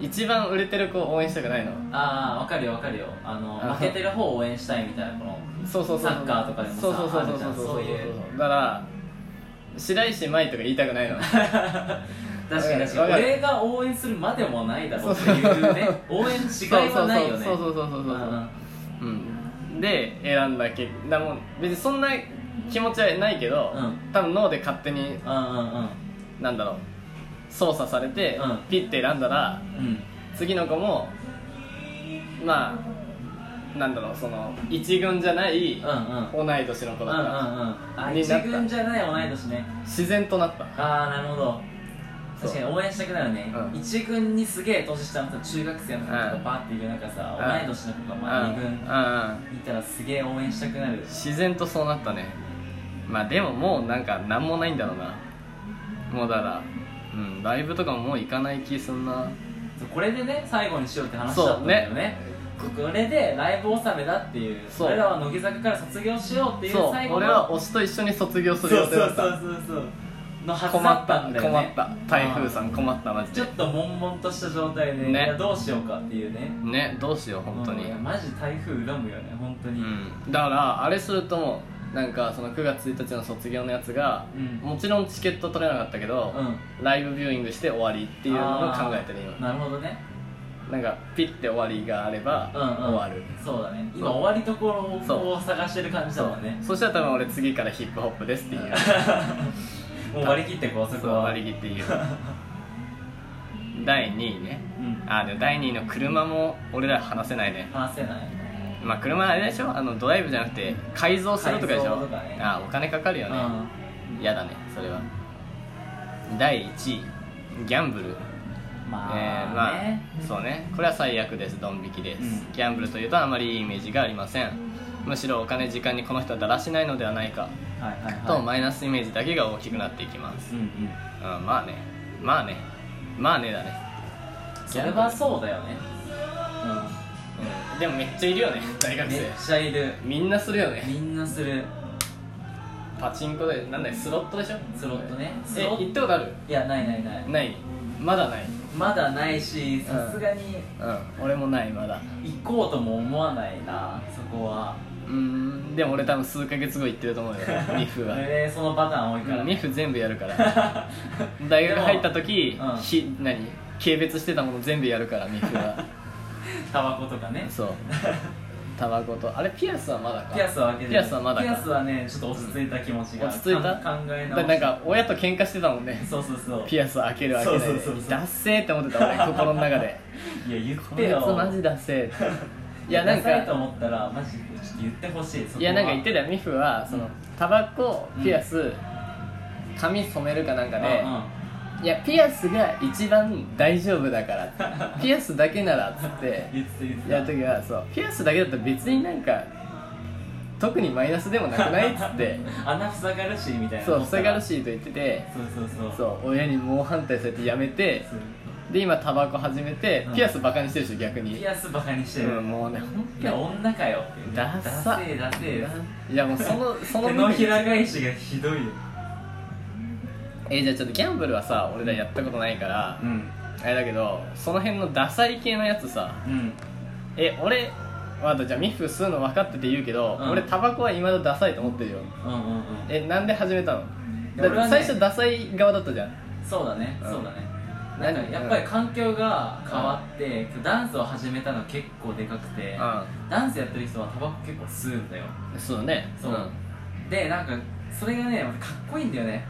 Speaker 1: 一番売れてる子を応援したくないの
Speaker 2: ああわかるよわかるよあ
Speaker 1: あの
Speaker 2: の負けてる方を応援したいみたいなこの
Speaker 1: そうそうそう
Speaker 2: サッカーとかでもさ
Speaker 1: そうそうそうそ
Speaker 2: あ
Speaker 1: う
Speaker 2: るじ
Speaker 1: そ
Speaker 2: ゃ
Speaker 1: うん
Speaker 2: そういう
Speaker 1: だから白石麻衣とか言いたくないの
Speaker 2: 確かに確
Speaker 1: わか
Speaker 2: かに
Speaker 1: る
Speaker 2: 俺が応援するまでもないだろうって
Speaker 1: そうそう
Speaker 2: いうね応援しがいはないよね
Speaker 1: そうそうそうそうそうそうそう
Speaker 2: うん
Speaker 1: うんで選んだけだもう別にそんな気持ちはないけど、
Speaker 2: うん
Speaker 1: 多分脳で勝手に
Speaker 2: うんうんうん
Speaker 1: なんだろう操作されて、
Speaker 2: うん
Speaker 1: ピッて選んだら
Speaker 2: うん
Speaker 1: 次の子もまあなんだろうその一軍じゃない
Speaker 2: うんうん
Speaker 1: 同い年の
Speaker 2: う
Speaker 1: 子
Speaker 2: んうんう
Speaker 1: だ
Speaker 2: ん
Speaker 1: ったら、
Speaker 2: あ
Speaker 1: に
Speaker 2: 一
Speaker 1: なった
Speaker 2: 軍じゃない同い年ね
Speaker 1: 自然となった
Speaker 2: ああなるほど確かに応援したくなるね、
Speaker 1: うん
Speaker 2: 一軍にすげえ年下のさ中学生の子とか
Speaker 1: うん
Speaker 2: バーっている中さ、
Speaker 1: うん
Speaker 2: 同い年の子がまあ二軍
Speaker 1: うんうん
Speaker 2: いたらすげえ応援したくなる
Speaker 1: 自然とそうなったねまあでももうなんか何もないんだろうなもうだからうんライブとかももう行かない気すんな
Speaker 2: そうこれでね最後にしようって話だったんだよねここれでライブ納めだっていう
Speaker 1: そう
Speaker 2: 俺らは乃木坂から卒業しようっていう
Speaker 1: そう
Speaker 2: 最後の
Speaker 1: 俺は推しと一緒に卒業す
Speaker 2: そう
Speaker 1: る
Speaker 2: そう
Speaker 1: 予
Speaker 2: そ
Speaker 1: 定だ
Speaker 2: う
Speaker 1: った
Speaker 2: そうそうのはず
Speaker 1: 困
Speaker 2: だ
Speaker 1: っ
Speaker 2: ったたんだよね
Speaker 1: 困った台風さん困ったマジ
Speaker 2: ち
Speaker 1: で
Speaker 2: ょっと悶々とした状態で、
Speaker 1: ね
Speaker 2: いやどうしようかっていうね
Speaker 1: ねどうしよう本当に
Speaker 2: うんマジ台風恨むよね本当
Speaker 1: う
Speaker 2: に、
Speaker 1: んだからあれするともうなんかその9月1日の卒業のやつが、
Speaker 2: うん
Speaker 1: もちろんチケット取れなかったけど、
Speaker 2: う
Speaker 1: ライブビューイングして終わりっていうのを考えてる
Speaker 2: あーなるほどね
Speaker 1: 今なんかピッて終わりがあれば、
Speaker 2: うんう
Speaker 1: 終
Speaker 2: ん
Speaker 1: わる
Speaker 2: そうだね
Speaker 1: そ
Speaker 2: 今
Speaker 1: う
Speaker 2: 終わりところ
Speaker 1: そ
Speaker 2: を探してる感じだもんね
Speaker 1: そしたら多分俺次からヒップホップですって言う
Speaker 2: もう割り切って こうそこ
Speaker 1: そう
Speaker 2: は
Speaker 1: 割り切って言う第2位ね
Speaker 2: うん
Speaker 1: あでも第2位の車も俺ら話せないね
Speaker 2: 話せない
Speaker 1: まあ車あれでしょあのドライブじゃなくて改造するとかでし
Speaker 2: 改
Speaker 1: ょ
Speaker 2: 造とかね
Speaker 1: あお金かかるよね嫌、だねそれは第1位ギャンブル
Speaker 2: うんまあ、
Speaker 1: えーまあ
Speaker 2: ね、
Speaker 1: そうねこれは最悪ですドン引きです、
Speaker 2: うん
Speaker 1: ギャンブルというとあまりいいイメージがありませんむしろお金時間にこの人はだらしないのではないか
Speaker 2: はいはいはい
Speaker 1: とマイナスイメージだけが大きくなっていきます、
Speaker 2: うんうん
Speaker 1: うん、まあねまあねまあねだね、
Speaker 2: それはそうだよね
Speaker 1: うん、でもめっちゃいるよね大
Speaker 2: うん
Speaker 1: 学
Speaker 2: めっ
Speaker 1: 生
Speaker 2: ちゃいる
Speaker 1: みんなするよね
Speaker 2: みんなする
Speaker 1: パチンコでなんだよスロットでしょ
Speaker 2: スロットねス
Speaker 1: え
Speaker 2: ロット
Speaker 1: 行ったことある
Speaker 2: いやないないない
Speaker 1: ないまだない
Speaker 2: まだないしさすがに
Speaker 1: うん俺もないまだ
Speaker 2: 行こうとも思わないなそこは
Speaker 1: うーんでも俺多分数ヶ月後行ってると 思うよミフは
Speaker 2: 俺そのパターン多いから、
Speaker 1: うんミ
Speaker 2: ね、
Speaker 1: フ全部やるから 大学入った時
Speaker 2: でもうん
Speaker 1: ひ何軽蔑してたもの全部やるからミフ は
Speaker 2: タバコとかね
Speaker 1: そうタバコとあれピアスはまだか
Speaker 2: ピアスは開けて
Speaker 1: ピアスはまだ
Speaker 2: ピアス
Speaker 1: か
Speaker 2: はねちょっと落ち着いた気持ちが
Speaker 1: 落ち着いた
Speaker 2: かん考え直
Speaker 1: だ
Speaker 2: し
Speaker 1: なんか親と喧嘩してたもんね
Speaker 2: そうそうそう
Speaker 1: ピアス開ける開けないで
Speaker 2: そうそうそうそう
Speaker 1: ダッセーって思ってた俺 心の中で
Speaker 2: いや言っ
Speaker 1: こ
Speaker 2: て
Speaker 1: いつ
Speaker 2: よ
Speaker 1: マジダッセーっていやなん
Speaker 2: ダサい
Speaker 1: か
Speaker 2: と思ったらマジでちょっと言ってほしいそこはい
Speaker 1: やなんか言ってたよミフはそのタバコピアス、髪染めるかなんかで、
Speaker 2: うんうん
Speaker 1: いやピアスが一番大丈夫だからってピアスだけならっつって
Speaker 2: 言ってた言ってた
Speaker 1: やる時はそうピアスだけだったら別になんか特にマイナスでもなくないっつって
Speaker 2: 穴塞がるしみたいな
Speaker 1: そう塞がる
Speaker 2: し
Speaker 1: しと言ってて
Speaker 2: そうそうそう
Speaker 1: そう親に猛反対されてやめてで今タバコ始めて
Speaker 2: うん
Speaker 1: ピアスバカにしてるでしょ逆に
Speaker 2: ピアスバカにしてる、
Speaker 1: うんもうね
Speaker 2: いや女かよっていうね
Speaker 1: ダッサ
Speaker 2: ダセーダセー
Speaker 1: いやもうそのその
Speaker 2: 手のひら返しがひどいよ
Speaker 1: えじゃあちょっとギャンブルはさ俺らやったことないから、
Speaker 2: ん
Speaker 1: あれだけどその辺のダサい系のやつさ
Speaker 2: うん
Speaker 1: え俺わかったじゃあミッフ吸うの分かってて言うけど、
Speaker 2: うん
Speaker 1: 俺タバコはいまだダサいと思ってるよ
Speaker 2: うんうんうん
Speaker 1: えなんで始めたの
Speaker 2: いや
Speaker 1: だっ
Speaker 2: 俺は
Speaker 1: て
Speaker 2: ね
Speaker 1: 最初ダサい側だったじゃん
Speaker 2: そうだね、
Speaker 1: うん
Speaker 2: そうだねなんかやっぱり環境が変わって、ダンスを始めたの結構でかくて、ダンスやってる人はタバコ結構吸うんだよ
Speaker 1: うんそうね
Speaker 2: そう、でなんかそれがねまたかっこいいんだよね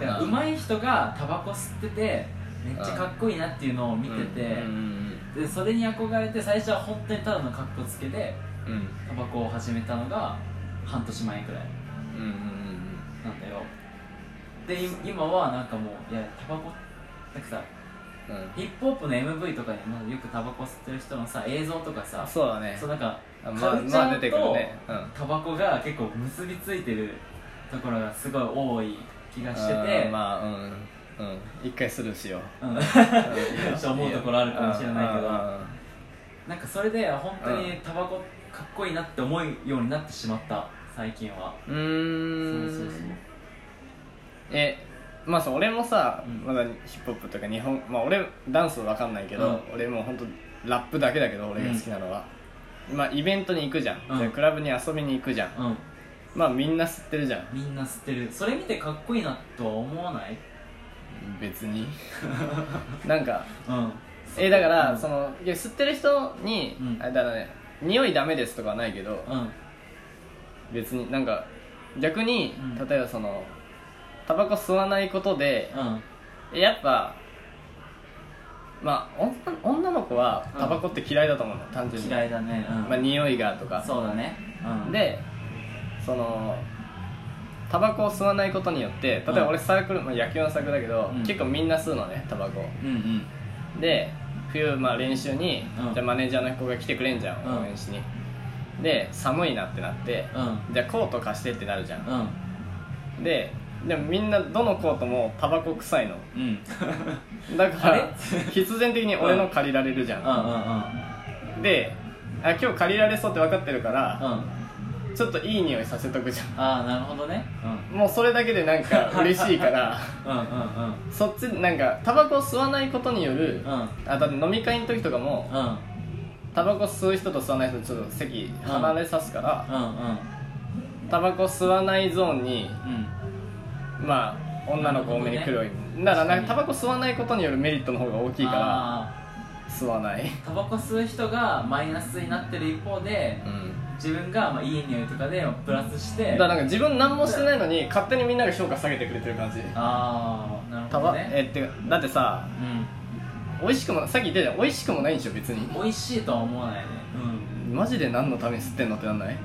Speaker 2: だから
Speaker 1: うん
Speaker 2: 上手い人がタバコ吸っててめっちゃかっこいいなっていうのを見てて、
Speaker 1: うん
Speaker 2: でそれに憧れて最初は本当にただのかっこつけで
Speaker 1: うんうん
Speaker 2: タバコを始めたのが半年前くらい
Speaker 1: うんうんうん
Speaker 2: なんだよでい今はなんかもういやタバコなんかさ
Speaker 1: うんうん
Speaker 2: ヒップホップの MV とかにまあよくタバコ吸ってる人のさ映像とかさ
Speaker 1: そうだね
Speaker 2: そうなんか
Speaker 1: あ
Speaker 2: カ
Speaker 1: まあ
Speaker 2: ルチ
Speaker 1: ま
Speaker 2: ャ
Speaker 1: あ出
Speaker 2: ー
Speaker 1: てくる
Speaker 2: と
Speaker 1: ねうん
Speaker 2: タバコが結構結びついてるところがすごい多い気がして
Speaker 1: う
Speaker 2: て
Speaker 1: んまあうんうん一回スルーし よう
Speaker 2: うんちょっと思うところあるかもしれないけど
Speaker 1: ど
Speaker 2: なんかそれで本当
Speaker 1: う
Speaker 2: にタバコかっこいいなって思うようになってしまった最近は
Speaker 1: うーん
Speaker 2: そうそうそう
Speaker 1: えまあさ俺もさ、
Speaker 2: うん
Speaker 1: まだヒップホップとか日本まあ俺ダンスわかんないけど、俺もう本当ラップだけだけど俺が好きなのは、まあイベントに行くじゃん、
Speaker 2: うん
Speaker 1: でクラブに遊びに行くじゃん
Speaker 2: うん
Speaker 1: まあみんな吸ってるじゃん
Speaker 2: みんな吸ってるそれ見てかっこいいなとは思わない
Speaker 1: 別 になんか
Speaker 2: うん
Speaker 1: えだから、
Speaker 2: うん
Speaker 1: そのいや吸ってる人に、
Speaker 2: うん
Speaker 1: あれだからね匂いダメですとかはないけど、
Speaker 2: うん
Speaker 1: 別になんか逆に、
Speaker 2: うん
Speaker 1: 例えばそのタバコ吸わないことで、
Speaker 2: うん
Speaker 1: やっぱまあ女女の子子はタバコって嫌いだと思うの単純に
Speaker 2: 嫌いだねうん、
Speaker 1: まあ、匂いがとか
Speaker 2: そうだねうん
Speaker 1: でそのタバコを吸わないことによって例えば俺サークル、まあ、野球のサークルだけど、
Speaker 2: うん
Speaker 1: 結構みんな吸うのねタバコを
Speaker 2: うんうん
Speaker 1: で冬、まあ、練習に、
Speaker 2: うん
Speaker 1: じゃあマネージャーの子が来てくれんじゃ
Speaker 2: うん
Speaker 1: ん応援しに、で寒いなってなって、
Speaker 2: うん
Speaker 1: じゃあコート貸してってなるじゃん、
Speaker 2: うん
Speaker 1: ででもみんなどのコートもタバコ臭いの
Speaker 2: うんうんうん
Speaker 1: だか
Speaker 2: あれ
Speaker 1: ら 必然的に俺の借りられるじゃん、であ今日借りられそうって分かってるから、
Speaker 2: うんうん
Speaker 1: ちょっといい匂いさせとくじゃ
Speaker 2: ああなるほどねうん
Speaker 1: んもうそれだけでなん か嬉しいから
Speaker 2: うんうん
Speaker 1: そっちなんかタバコを吸わないことによる、
Speaker 2: うんうん
Speaker 1: あだって飲み会の時とかも
Speaker 2: うんうん
Speaker 1: タバコ吸う人と吸わない人ちょっと席離れさすから、
Speaker 2: うん
Speaker 1: タバコ吸わないゾーンに
Speaker 2: うん
Speaker 1: まあ女の子多めに来るようにだから
Speaker 2: 確か
Speaker 1: な
Speaker 2: に
Speaker 1: タバコ吸わないことによるメリットの方が大きいか
Speaker 2: あ
Speaker 1: ら吸わない
Speaker 2: ータバコ吸う人がマイナスになってる一方で
Speaker 1: うん
Speaker 2: 自分がまあいい匂いとかでプラスして
Speaker 1: だからなんか自分何もしてないのに勝手にみんなが評価下げてくれてる感じ
Speaker 2: ああなる
Speaker 1: タ
Speaker 2: ほど
Speaker 1: バ
Speaker 2: ね
Speaker 1: えってかだってさ美味しくもさっき言ったじゃん美味しくもないんでしょ別に
Speaker 2: うん美味しいとは思わないねうん
Speaker 1: マジで何のために吸ってんのってなんない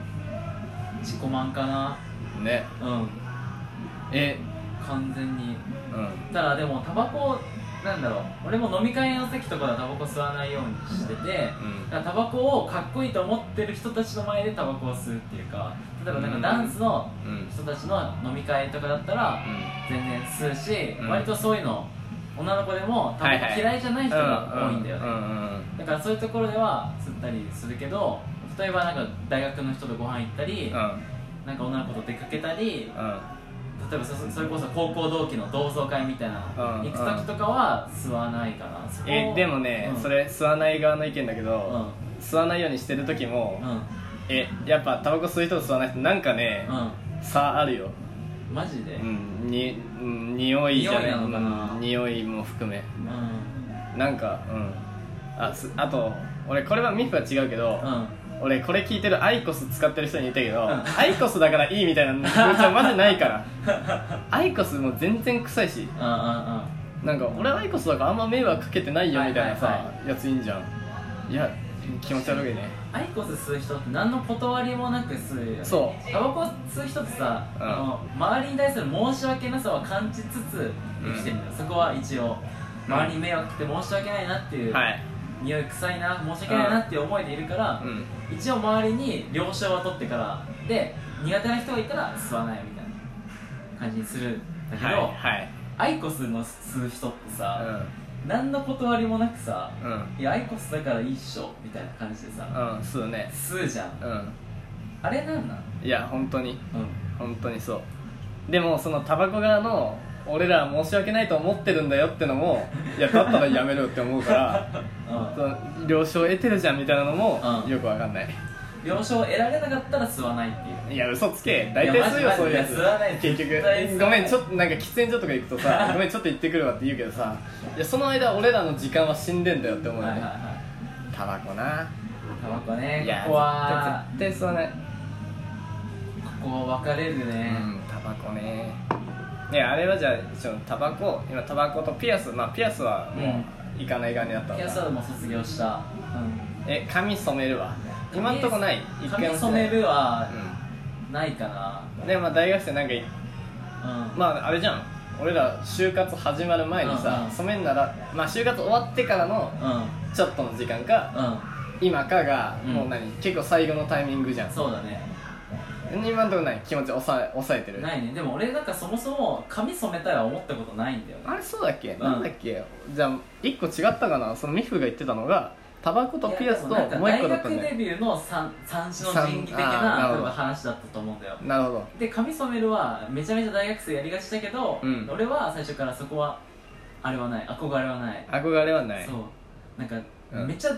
Speaker 2: 自己満かな
Speaker 1: ね
Speaker 2: うん
Speaker 1: え
Speaker 2: 完全に
Speaker 1: うん
Speaker 2: ただでもタバコなんだろう俺も飲み会の席とかではタバコ吸わないようにしてて、
Speaker 1: ん
Speaker 2: だからタバコをかっこいいと思ってる人たちの前でタバコを吸うっていうか例えばなんかダンスの
Speaker 1: うん
Speaker 2: 人たちの飲み会とかだったら全然吸うし、
Speaker 1: うん
Speaker 2: 割とそういうの女の子でもタバコ嫌いじゃない人が多いんだよね、
Speaker 1: うんうんうん
Speaker 2: だからそういうところでは吸ったりするけど例えばなんか大学の人とご飯行ったり、
Speaker 1: う
Speaker 2: なんか女の子と出かけたり
Speaker 1: んうん
Speaker 2: 例えばそそれこそ高校同期の同窓会みたいなの、
Speaker 1: うん
Speaker 2: 行く時とかは吸わないかな、そこ
Speaker 1: えでもね、
Speaker 2: うん
Speaker 1: それ吸わない側の意見だけ
Speaker 2: うん
Speaker 1: ど、吸わないようにしてる時も、
Speaker 2: うん
Speaker 1: えやっぱタバコ吸う人と吸わない人なんかね、差あるよ、
Speaker 2: うんマジで、
Speaker 1: うん、にうん匂いじゃない
Speaker 2: 匂いなのかな
Speaker 1: うん匂いも含め
Speaker 2: うん
Speaker 1: なんかうんあすあと俺これはミフは違うけど、
Speaker 2: うん
Speaker 1: 俺これ聞いてるアイコス使ってる人に言ったけど、
Speaker 2: ん
Speaker 1: アイコスだからいいみたいなのマジないからアイコスもう全然臭いし
Speaker 2: うんうんうん
Speaker 1: なんか俺はアイコスだからあんま迷惑かけてないよみたいなさ、
Speaker 2: はいは
Speaker 1: やついいんじゃんいや気持ち悪いね
Speaker 2: アイコス吸う人って何の断りもなく吸うよね
Speaker 1: そう
Speaker 2: タバコ吸う人ってさ、
Speaker 1: うん
Speaker 2: あの周りに対する申し訳なさは感じつつ生きてるんだよ、そこは一応
Speaker 1: うん
Speaker 2: 周りに迷惑って申し訳ないなっていう、
Speaker 1: はい
Speaker 2: 匂い臭いな申し訳ないなっていう思いでいるから、
Speaker 1: うん
Speaker 2: 一応周りに了承は取ってからで苦手な人がいたら吸わないみたいな感じにするんだけど、
Speaker 1: はいはい
Speaker 2: アイコスの吸う人ってさ、何の断りもなくさ
Speaker 1: うんうん
Speaker 2: 「いやアイコスだからいいっしょ」みたいな感じでさ、
Speaker 1: うんそうね
Speaker 2: 吸うじゃん
Speaker 1: うん
Speaker 2: あれなんなん
Speaker 1: いや本当に
Speaker 2: うん
Speaker 1: 本当にそうでもそのタバコ側の俺らは申し訳ないと思ってるんだよってのも いやだったらやめろよって思うから
Speaker 2: うん
Speaker 1: その了承得てるじゃんみたいなのも
Speaker 2: うん
Speaker 1: よくわかんない
Speaker 2: 了承を得られなかったら吸わないっていう
Speaker 1: いや嘘つけ大体そう
Speaker 2: い
Speaker 1: よ
Speaker 2: やマジ
Speaker 1: そういうやつ
Speaker 2: マジいや吸わない
Speaker 1: 結
Speaker 2: 絶対吸わ
Speaker 1: 局
Speaker 2: な
Speaker 1: ご
Speaker 2: い
Speaker 1: めんちょっとなんか喫煙所とか行くと さごめんちょっと行ってくるわって言うけどさいやその間俺らの時間は死んでんだよって思うよ
Speaker 2: はいはい
Speaker 1: ね
Speaker 2: は
Speaker 1: タバコない
Speaker 2: タバコね
Speaker 1: いや
Speaker 2: ここは
Speaker 1: 絶対吸わない
Speaker 2: ここは分かれる
Speaker 1: う
Speaker 2: ね
Speaker 1: んタバコねいやあれはじゃあそのタバコ今タバコとピアスまあピアスはもう行かない側になったの
Speaker 2: ピ
Speaker 1: か
Speaker 2: アスはもう卒業した
Speaker 1: え髪染めるわ
Speaker 2: うん
Speaker 1: 今んとこない回
Speaker 2: 髪
Speaker 1: も
Speaker 2: 髪
Speaker 1: して
Speaker 2: 染
Speaker 1: ない
Speaker 2: めるはないかな
Speaker 1: うんでまあ大学生なんかい
Speaker 2: うん
Speaker 1: まああれじゃん俺ら就活始まる前に
Speaker 2: うん
Speaker 1: さ
Speaker 2: うん
Speaker 1: 染めんならまあ就活終わってからの
Speaker 2: う
Speaker 1: ちょっとの時間か
Speaker 2: んうん
Speaker 1: 今かが
Speaker 2: うん
Speaker 1: もう何結構最後のタイミングじゃん
Speaker 2: そうだね
Speaker 1: 今んとこない気持ち抑え抑えてる
Speaker 2: ないねでも俺なんかそもそも髪染めたいは思ったことないんだよ
Speaker 1: あれそうだっけ、
Speaker 2: ん
Speaker 1: なんだっけじゃあ一個違ったかなそのミフが言ってたのがタバコとピアスともう
Speaker 2: いやでもなん
Speaker 1: 一個
Speaker 2: か
Speaker 1: だ
Speaker 2: 大
Speaker 1: った
Speaker 2: 学
Speaker 1: んだ
Speaker 2: デ
Speaker 1: よ
Speaker 2: ビューの三三種の神器的
Speaker 1: 三あーなるほ
Speaker 2: な多
Speaker 1: ど
Speaker 2: 分話だったと思うんだよ
Speaker 1: なるほど
Speaker 2: で髪染めるはめちゃめちゃ大学生やりがちだけど、
Speaker 1: うん
Speaker 2: 俺は最初からそこはあれはない憧れはない、
Speaker 1: 憧れはない
Speaker 2: そうなんか、
Speaker 1: うん
Speaker 2: めっちゃ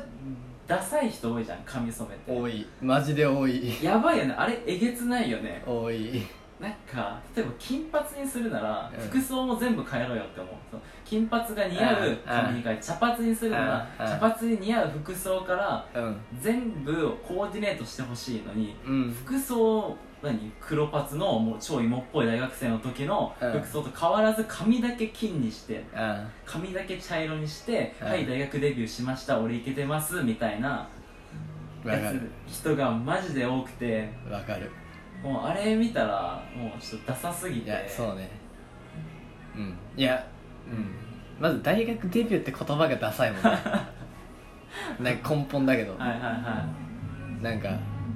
Speaker 2: ダサい人多いじゃん髪染めて
Speaker 1: 多いマジで多い
Speaker 2: やばいよねあれえげつないよね
Speaker 1: 多い
Speaker 2: なんか例えば金髪にするなら
Speaker 1: うん
Speaker 2: 服装も全部変えろよって思う、その金髪が似合う髪に変え茶髪にするな
Speaker 1: うん
Speaker 2: ら茶髪に似合う服装から
Speaker 1: うん
Speaker 2: 全部をコーディネートしてほしいのに
Speaker 1: うん
Speaker 2: 服装何黒髪のもう超芋っぽい大学生の時の
Speaker 1: うん
Speaker 2: 服装と変わらず髪だけ金にして
Speaker 1: あ
Speaker 2: 髪だけ茶色にして
Speaker 1: う
Speaker 2: 「
Speaker 1: ん
Speaker 2: はい大学デビューしました俺イケてます」みたいな
Speaker 1: あわ
Speaker 2: や
Speaker 1: かる
Speaker 2: つ人がマジで多くて
Speaker 1: わかる
Speaker 2: もうあれ見たらもうちょっとダサすぎ
Speaker 1: い
Speaker 2: て
Speaker 1: やそうねうんいやうんまず大学デビューって言葉がダサい もんねなんか根本だけど、
Speaker 2: はいはいはい
Speaker 1: なんか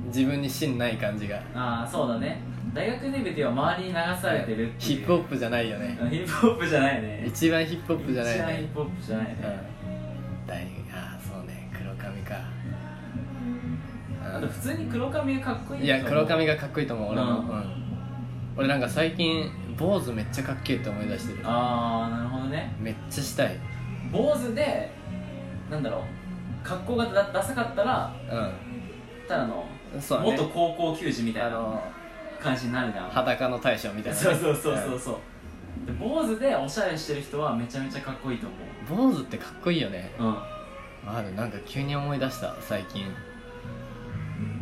Speaker 1: 自分に芯ない感じが
Speaker 2: ああそうだね大学デビューっていうのは周りに流されてるっていう
Speaker 1: ヒップホップじゃないよね
Speaker 2: あヒップホップじゃないね
Speaker 1: 一番ヒップホップじゃない
Speaker 2: 一
Speaker 1: よ
Speaker 2: 番ヒ
Speaker 1: ね
Speaker 2: ップホップじゃないね、
Speaker 1: うん大ああそうね黒髪か
Speaker 2: あと普通に黒髪がかっこい
Speaker 1: うん
Speaker 2: い
Speaker 1: いや黒髪
Speaker 2: が
Speaker 1: がかっこいいと思う俺も、
Speaker 2: うん
Speaker 1: うん、俺なんか最近坊主めっちゃかっけえって思い出してる
Speaker 2: ああなるほどね
Speaker 1: めっちゃしたい
Speaker 2: 坊主でなんだろう格好がダダサかったらただの
Speaker 1: うんそうだね
Speaker 2: 元高校球児みた
Speaker 1: あ
Speaker 2: いな
Speaker 1: の
Speaker 2: 感じになるじゃん
Speaker 1: 裸の大将みたいなね
Speaker 2: そうそうそうそうそうで坊主でおしゃれしてる人はめちゃめちゃかっこいいと思
Speaker 1: うん坊主ってかっこいいよね
Speaker 2: ううん
Speaker 1: あるなんか急に思い出した最近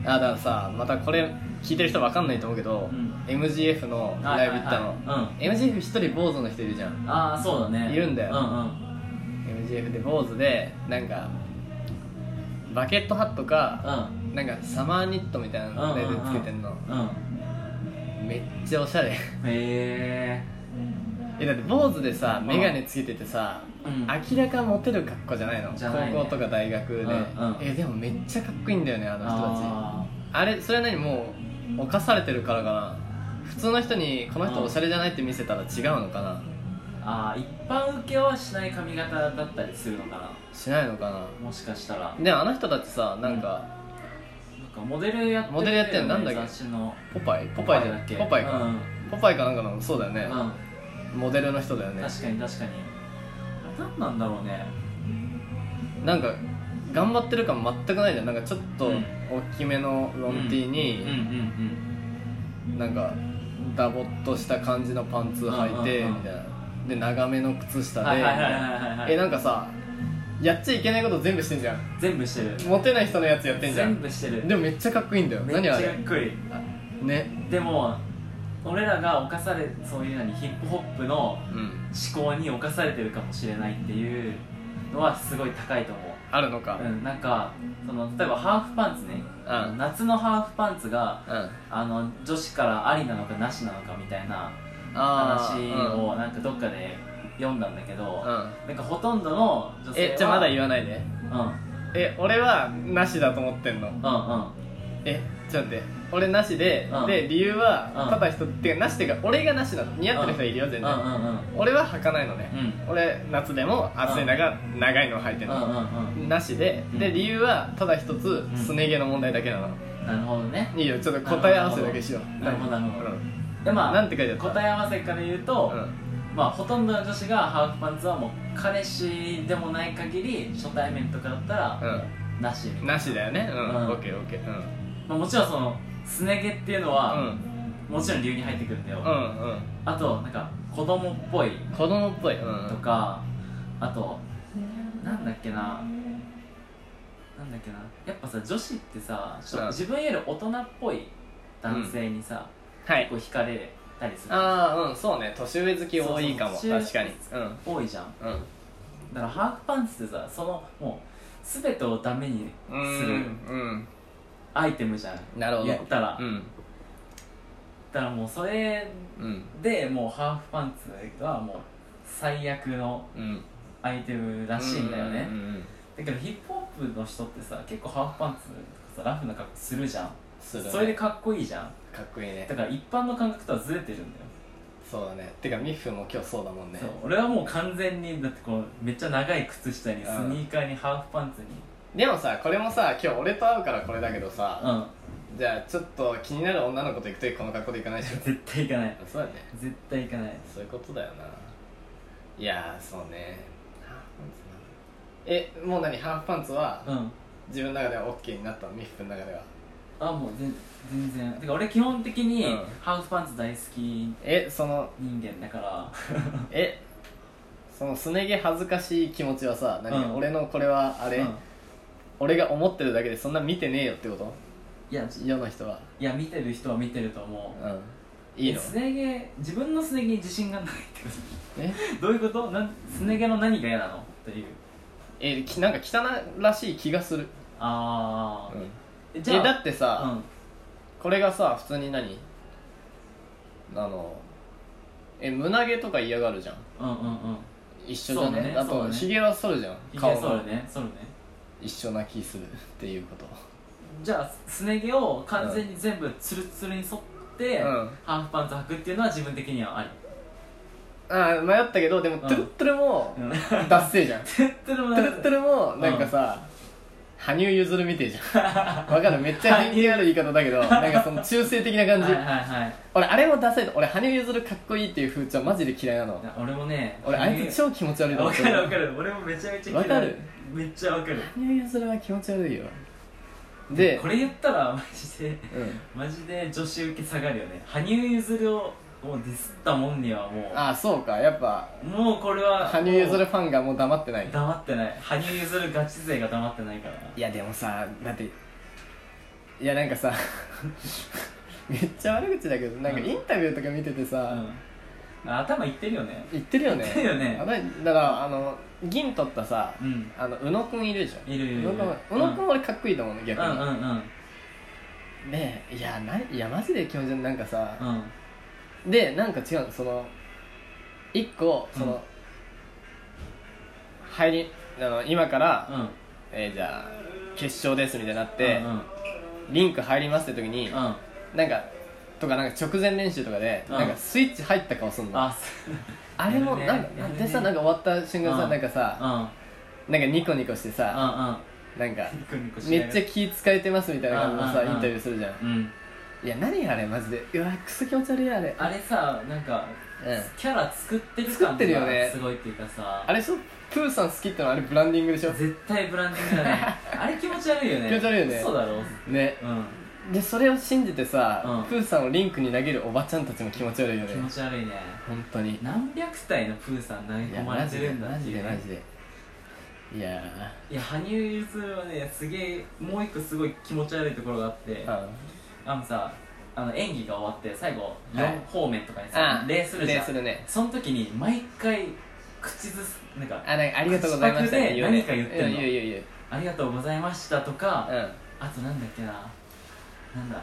Speaker 1: あだからさまたこれ聞いてる人わかんないと思うけど、
Speaker 2: うん
Speaker 1: MGF のライブ行ったの、
Speaker 2: はいはいはい
Speaker 1: MGF 一人坊主の人いるじゃ
Speaker 2: うんんああそうだね
Speaker 1: いるんだよ
Speaker 2: うんうん
Speaker 1: MGF で坊主でなんかバケットハットか、
Speaker 2: う
Speaker 1: なんかサマーニットみたいなのでつけてんの、
Speaker 2: んうん
Speaker 1: めっちゃおしゃれ
Speaker 2: へえ
Speaker 1: えだって坊主でさ眼鏡つけててさ、
Speaker 2: うん
Speaker 1: 明らかモテる格好じゃないの
Speaker 2: じゃないね
Speaker 1: 高校とか大学で、
Speaker 2: うんうん
Speaker 1: えでもめっちゃかっこいいんだよねあの人たち
Speaker 2: あ
Speaker 1: あれそれは何もう犯されてるからかな普通の人にこの人おしゃれじゃないって見せたら違うのかな
Speaker 2: ーあー一般受けはしない髪型だったりするのか
Speaker 1: しないのか
Speaker 2: なもしかしたらなん
Speaker 1: なでもあの人たちさなんか
Speaker 2: かモデルやってる
Speaker 1: モデルやってんのなんだっけ
Speaker 2: 雑誌の
Speaker 1: ポパイポパイじゃ
Speaker 2: だ
Speaker 1: な
Speaker 2: っ
Speaker 1: い
Speaker 2: け
Speaker 1: ポパイか、
Speaker 2: うん
Speaker 1: ポパイかなんかのそうだよね、
Speaker 2: う
Speaker 1: モデルの人だよ
Speaker 2: ん
Speaker 1: ね
Speaker 2: 確かに確かにあれ何なんだろうね
Speaker 1: なんか頑張ってる感全くないじゃんなんかちょっと
Speaker 2: うん
Speaker 1: 大きめのロンティー
Speaker 2: うん
Speaker 1: に、なんかダボっとした感じのパンツ履いて、
Speaker 2: うんうんうん
Speaker 1: みたいなで長めの靴下で、
Speaker 2: はいはいはいはいはいはい
Speaker 1: えなんかさやっちゃいけないこと全部してんじゃん
Speaker 2: 全部してる
Speaker 1: モテない人のやつやってんじゃん
Speaker 2: 全部してる
Speaker 1: でもめっちゃかっこいいんだよ
Speaker 2: めっち
Speaker 1: 何
Speaker 2: ゃ
Speaker 1: あ
Speaker 2: か
Speaker 1: れ
Speaker 2: っこいい
Speaker 1: ね
Speaker 2: でも俺らが犯されそういうのにヒップホップの
Speaker 1: うん
Speaker 2: 思考に侵されてるかもしれないっていうのはすごい高いと思
Speaker 1: あるのか
Speaker 2: う、うん、なんかその例えばハーフパンツね、
Speaker 1: うん
Speaker 2: 夏のハーフパンツが
Speaker 1: うんあ
Speaker 2: あの女子からありなのかなしなのかみたいな
Speaker 1: あ
Speaker 2: 話をなんかどっかで読んだんだけど、
Speaker 1: うん、うん、
Speaker 2: なんかほとんどの女性は
Speaker 1: えじゃあまだ言わないで
Speaker 2: うんうん
Speaker 1: え俺はなしだと思ってんの
Speaker 2: う
Speaker 1: えちょっと待って俺なしで、
Speaker 2: うん
Speaker 1: で理由は、
Speaker 2: うん
Speaker 1: ただ人っていうかなしっていうか俺がなしなの似合ってる人いるよ全然、
Speaker 2: んうんうんうん
Speaker 1: 俺は履かないのね、俺夏でも暑い中、長いのを履いて
Speaker 2: うん
Speaker 1: る
Speaker 2: うん
Speaker 1: の、
Speaker 2: うん
Speaker 1: なしで、
Speaker 2: う
Speaker 1: で
Speaker 2: ん
Speaker 1: 理由はただ一つ
Speaker 2: ん
Speaker 1: すね毛の問題だけなの、
Speaker 2: うんなるほどね
Speaker 1: いいよちょっと答え合わせだけしよう
Speaker 2: なるほどなるほど
Speaker 1: うん
Speaker 2: でまあ
Speaker 1: なんて書いてあった
Speaker 2: 答え合わせから言うと、
Speaker 1: うん
Speaker 2: まあほとんどの女子がハーフパンツはもう彼氏でもない限り初対面とかだったらなしみたい
Speaker 1: うん、
Speaker 2: な、
Speaker 1: なしだよねうん、
Speaker 2: うん
Speaker 1: オッケーオッケーうん
Speaker 2: まあ、もちろんそのすね毛っていうの
Speaker 1: う
Speaker 2: は、
Speaker 1: ん
Speaker 2: もちろん理由に入ってくるんだよ、
Speaker 1: うんうん
Speaker 2: あとなんか子供っぽい
Speaker 1: 子供っぽいうんうん
Speaker 2: とか、あとなんだっけななんだっけなやっぱさ女子ってさちょっ
Speaker 1: うん
Speaker 2: と自分より大人っぽい男性にさ、
Speaker 1: はい
Speaker 2: こう惹かれたりする
Speaker 1: ああうんそうね年上好き多いかも
Speaker 2: そうそう
Speaker 1: 確かにうん
Speaker 2: 多いじゃん
Speaker 1: うん
Speaker 2: だからハーフパンツってさそのもう全てをダメに
Speaker 1: う
Speaker 2: する
Speaker 1: んうん
Speaker 2: アイテムじゃん
Speaker 1: なるほど
Speaker 2: 言ったら、
Speaker 1: う
Speaker 2: だ
Speaker 1: ん
Speaker 2: からもうそれ
Speaker 1: うん
Speaker 2: でもうハーフパンツはもう最悪の
Speaker 1: うん
Speaker 2: アイテムらしいんだよね、
Speaker 1: うんうんうん
Speaker 2: だけどヒップホップの人ってさ結構ハーフパンツとかさラフな格好するじゃん
Speaker 1: するね
Speaker 2: それでかっこいいじゃん
Speaker 1: かっこいいね
Speaker 2: だから一般の感覚とはずれてるんだよ、
Speaker 1: そうだねてかミッフも今日そうだもんね
Speaker 2: そう俺はもう完全にだってこうめっちゃ長い靴下にスニーカーにハーフパンツに
Speaker 1: でもさこれもさ今日俺と会うからこれだけどさ、
Speaker 2: うん
Speaker 1: じゃあちょっと気になる女の子と行くときこの格好で行かないでしょ
Speaker 2: 絶対いかない
Speaker 1: そうだね
Speaker 2: 絶対いかない
Speaker 1: そういうことだよないやーそうねハーフパンツなえもう何ハーフパンツは
Speaker 2: うん
Speaker 1: 自分の中では OK になったのミッフの中では
Speaker 2: あもう全全然てか俺基本的に
Speaker 1: うん
Speaker 2: ハーフパンツ大好き
Speaker 1: えその
Speaker 2: 人間だから
Speaker 1: えそのすね毛恥ずかしい気持ちはさ何、
Speaker 2: うん
Speaker 1: 俺のこれはあれ、
Speaker 2: うん
Speaker 1: 俺が思ってるだけでそんな見てねえよってこと
Speaker 2: いや
Speaker 1: 世の人は、
Speaker 2: いや見てる人は見てると思う
Speaker 1: うん、いいの
Speaker 2: すね毛自分のすね毛に自信がないってこ
Speaker 1: え
Speaker 2: とどういうことなんすね毛の何が嫌なのっていう
Speaker 1: えきなんか汚らしい気がする、
Speaker 2: ああ、え
Speaker 1: えだって
Speaker 2: う
Speaker 1: さ、
Speaker 2: ん
Speaker 1: これがさ普通に何あのえ胸毛とか嫌がるじゃん
Speaker 2: うんうんうん
Speaker 1: 一緒じゃね
Speaker 2: そうね
Speaker 1: あ
Speaker 2: そう
Speaker 1: と
Speaker 2: ね
Speaker 1: ひげ、は剃るじゃん
Speaker 2: い
Speaker 1: 顔
Speaker 2: け
Speaker 1: も
Speaker 2: そうだねそうだね
Speaker 1: 一緒な気するっていうこと
Speaker 2: じゃあすね毛を完全に全部ツルツルに剃って、
Speaker 1: うん
Speaker 2: ハーフパンツ履くっていうのは自分的にはあり
Speaker 1: あー迷ったけどでも
Speaker 2: ん
Speaker 1: トゥルットゥルも
Speaker 2: うん
Speaker 1: ダッセーじゃん
Speaker 2: ツルツルも
Speaker 1: トゥルットゥルもなんかさ、羽生結弦みてえじゃんわかるめっちゃ人気ある言い方だけ どなんかその中性的な感
Speaker 2: は
Speaker 1: じ
Speaker 2: いはいはい
Speaker 1: 俺あれもダセえと俺羽生結弦かっこいいっていう風潮マジで嫌いなの
Speaker 2: 俺もね
Speaker 1: 俺あいつ超気持ち悪いと思
Speaker 2: わ
Speaker 1: っ
Speaker 2: か
Speaker 1: て
Speaker 2: るわかる俺もめちゃめちゃ嫌い
Speaker 1: わかる
Speaker 2: めっちゃわかる
Speaker 1: 羽生結弦は気持ち悪いよで
Speaker 2: これ言ったらマジで
Speaker 1: うん、
Speaker 2: マジで女子受け下がるよね羽生結弦をもうディスったもんにはも
Speaker 1: ああそうかやっぱ
Speaker 2: うもうこれは
Speaker 1: 羽生結弦ファンがもう黙ってない
Speaker 2: 黙ってない羽生結弦ガチ勢が黙ってないから
Speaker 1: いやでもさだっていやなんか さめっちゃ悪口だけどなんか
Speaker 2: うん
Speaker 1: インタビューとか見ててさ、
Speaker 2: うん、頭いってるよね
Speaker 1: 言ってるよね
Speaker 2: 言ってるよね
Speaker 1: あだだからあの銀取ったさ、
Speaker 2: うん
Speaker 1: あの宇野くんいるじゃん
Speaker 2: いるいるいる
Speaker 1: 宇野くん宇野くん俺かっこいいと思うの
Speaker 2: うん
Speaker 1: 逆
Speaker 2: う
Speaker 1: に、
Speaker 2: んうん
Speaker 1: ねえいやないいやマジで気持ち悪いなんかさ、
Speaker 2: うん
Speaker 1: でなんか違うのその一個その、
Speaker 2: うん
Speaker 1: 入りあの今から、
Speaker 2: うん
Speaker 1: えーじゃあ決勝ですみたいになって、
Speaker 2: うんうん
Speaker 1: リンク入りますって時に、
Speaker 2: うん
Speaker 1: なんかとかなんか直前練習とかで、
Speaker 2: うん
Speaker 1: なんかスイッチ入った顔すんのあ
Speaker 2: あそう
Speaker 1: れも
Speaker 2: や
Speaker 1: な
Speaker 2: る
Speaker 1: ん
Speaker 2: ね
Speaker 1: か
Speaker 2: やるね
Speaker 1: でさなんか終わった瞬間さ、
Speaker 2: うん
Speaker 1: なんか
Speaker 2: う
Speaker 1: さ、
Speaker 2: ん
Speaker 1: なんかニコニコしてさ、
Speaker 2: う
Speaker 1: なんか
Speaker 2: んうんニコニコし
Speaker 1: め
Speaker 2: なが
Speaker 1: っ
Speaker 2: ら
Speaker 1: ちゃ気使えてますみたいな感じのさ、
Speaker 2: うんうんうん
Speaker 1: インタビューするじゃん、
Speaker 2: うん
Speaker 1: いや何あれマジでうわクソ気持ち悪いあれ
Speaker 2: あれさなんか
Speaker 1: うん
Speaker 2: キャラ作ってる
Speaker 1: 作っ
Speaker 2: 感
Speaker 1: てるよね
Speaker 2: がすごいっていうかさ
Speaker 1: あれでしょプーさん好きってのはあれブランディングでしょ
Speaker 2: 絶対ブランディングだねあれ気持ち悪いよね
Speaker 1: 気持ち悪いよね
Speaker 2: そうだろ
Speaker 1: ね
Speaker 2: う
Speaker 1: でそれを信じてさ、
Speaker 2: うん
Speaker 1: プーさんをリンクに投げるおばちゃんたちも気持ち悪いよ
Speaker 2: ん気
Speaker 1: ね
Speaker 2: 持ち悪いね
Speaker 1: 本当にい
Speaker 2: 何百体のプーさん投げ
Speaker 1: や
Speaker 2: 込ま
Speaker 1: マ
Speaker 2: れ
Speaker 1: ジ
Speaker 2: て
Speaker 1: で
Speaker 2: るんだ
Speaker 1: マ
Speaker 2: って
Speaker 1: ジ
Speaker 2: い
Speaker 1: で
Speaker 2: う
Speaker 1: マ
Speaker 2: ね
Speaker 1: ジでいや
Speaker 2: いや羽生結弦はねすげえもう一個すごい気持ち悪いところがあって
Speaker 1: ー、うん
Speaker 2: あのさあの演技が終わって最後
Speaker 1: い
Speaker 2: 4方面とかに
Speaker 1: あ
Speaker 2: さ礼するじゃ
Speaker 1: 礼す
Speaker 2: ん
Speaker 1: るね
Speaker 2: その時に毎回口ずすなんか
Speaker 1: あなんかありがとうございましたね
Speaker 2: 口
Speaker 1: 言
Speaker 2: パ
Speaker 1: うね
Speaker 2: クで何か言ってんの
Speaker 1: うん言う言う言う
Speaker 2: ありがとうございましたとか
Speaker 1: うん
Speaker 2: あとなんだっけななんだ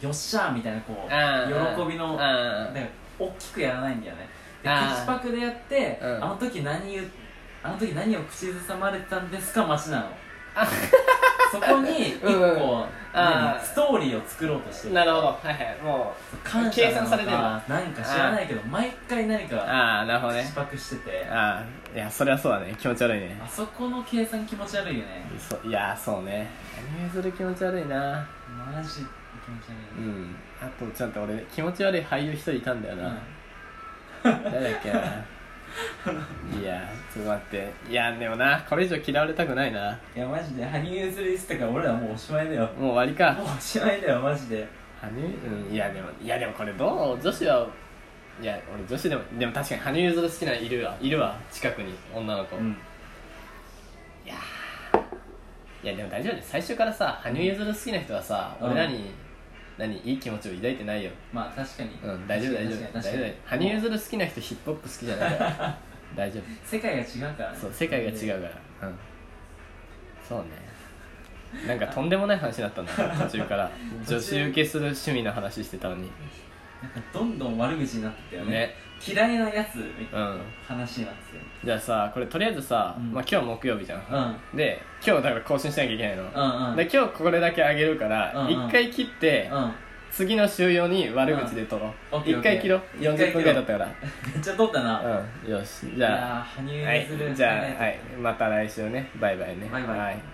Speaker 2: よっしゃーみたいなこう
Speaker 1: あー
Speaker 2: 喜びの
Speaker 1: あ
Speaker 2: だから大きくやらないんだよねで
Speaker 1: あー
Speaker 2: 口パクでやって、
Speaker 1: うん
Speaker 2: あの時何言うあの時何を口ずさまれてたんですか街なの
Speaker 1: あ
Speaker 2: そこに一個、
Speaker 1: うんうんあ
Speaker 2: 何
Speaker 1: ー
Speaker 2: ストーリーを作ろうとして
Speaker 1: ーなるほどはいはいもう
Speaker 2: 感謝
Speaker 1: 計
Speaker 2: な
Speaker 1: 算
Speaker 2: の
Speaker 1: されてる
Speaker 2: かなんか知らないけど毎回何か
Speaker 1: ああなるほどね
Speaker 2: 口パクしててあ
Speaker 1: ああいやそれはそうだね気持ち悪いね
Speaker 2: そこの計算気持ち悪いよね
Speaker 1: そいやそうねアニメする気持ち悪いな
Speaker 2: マジ気持ち
Speaker 1: う
Speaker 2: 悪いね
Speaker 1: んあとちょっと俺気持ち悪い俳優一人いたんだよ
Speaker 2: うん
Speaker 1: な、誰だっけ ないやちょっと待っていやでもなこれ以上嫌われたくないない
Speaker 2: やマジで羽生結弦ですとから俺らもうおしまいだよも
Speaker 1: もう終わりか
Speaker 2: うおしまいだよマジで
Speaker 1: 羽生うんいやでもいやでもこれどう女子はいや俺女子でもでも確かに羽生結弦好きなのいるわいるわ近くに女の子、
Speaker 2: うん
Speaker 1: いやでも大丈夫です最初からさ羽生結弦好きな人はさ、
Speaker 2: うん
Speaker 1: 俺らに何いい気持ちを抱いてないよ
Speaker 2: まあ確かに、
Speaker 1: うん大丈夫大丈
Speaker 2: 確
Speaker 1: 夫
Speaker 2: か
Speaker 1: 大
Speaker 2: に確か
Speaker 1: 丈
Speaker 2: に
Speaker 1: 夫羽生結弦好きな人ヒップホップ好きじゃないから 大丈夫
Speaker 2: 世界が違うからね
Speaker 1: そう世界が違うからうんそうねなんかとんでもない話だった んだ途中から女子受けする趣味の話してたのに
Speaker 2: なんかどんどん悪口になってたよね
Speaker 1: ね
Speaker 2: 嫌いなやつみた
Speaker 1: う
Speaker 2: いなん話になってたよね
Speaker 1: じゃあさこれとりあえずさ、
Speaker 2: うん
Speaker 1: まあ、今日木曜日じゃん、で今日だから更新しなきゃいけないの、
Speaker 2: うんうん
Speaker 1: で今日これだけあげるから
Speaker 2: うん
Speaker 1: 一、
Speaker 2: うん
Speaker 1: 回切って、
Speaker 2: うんうん
Speaker 1: 次の週用に悪口で撮ろ
Speaker 2: うんオ
Speaker 1: う
Speaker 2: ッケ
Speaker 1: 一、
Speaker 2: ーオッケー
Speaker 1: 回切ろう
Speaker 2: 一回切ろう
Speaker 1: 40分ぐらいだったか
Speaker 2: めっ ちゃ撮ったな、
Speaker 1: らうんよしじ
Speaker 2: い
Speaker 1: ゃ
Speaker 2: やー羽
Speaker 1: あ
Speaker 2: 生
Speaker 1: はい
Speaker 2: 結弦
Speaker 1: じゃあ、はい、また来週ねバイバイね
Speaker 2: バイバイ
Speaker 1: はい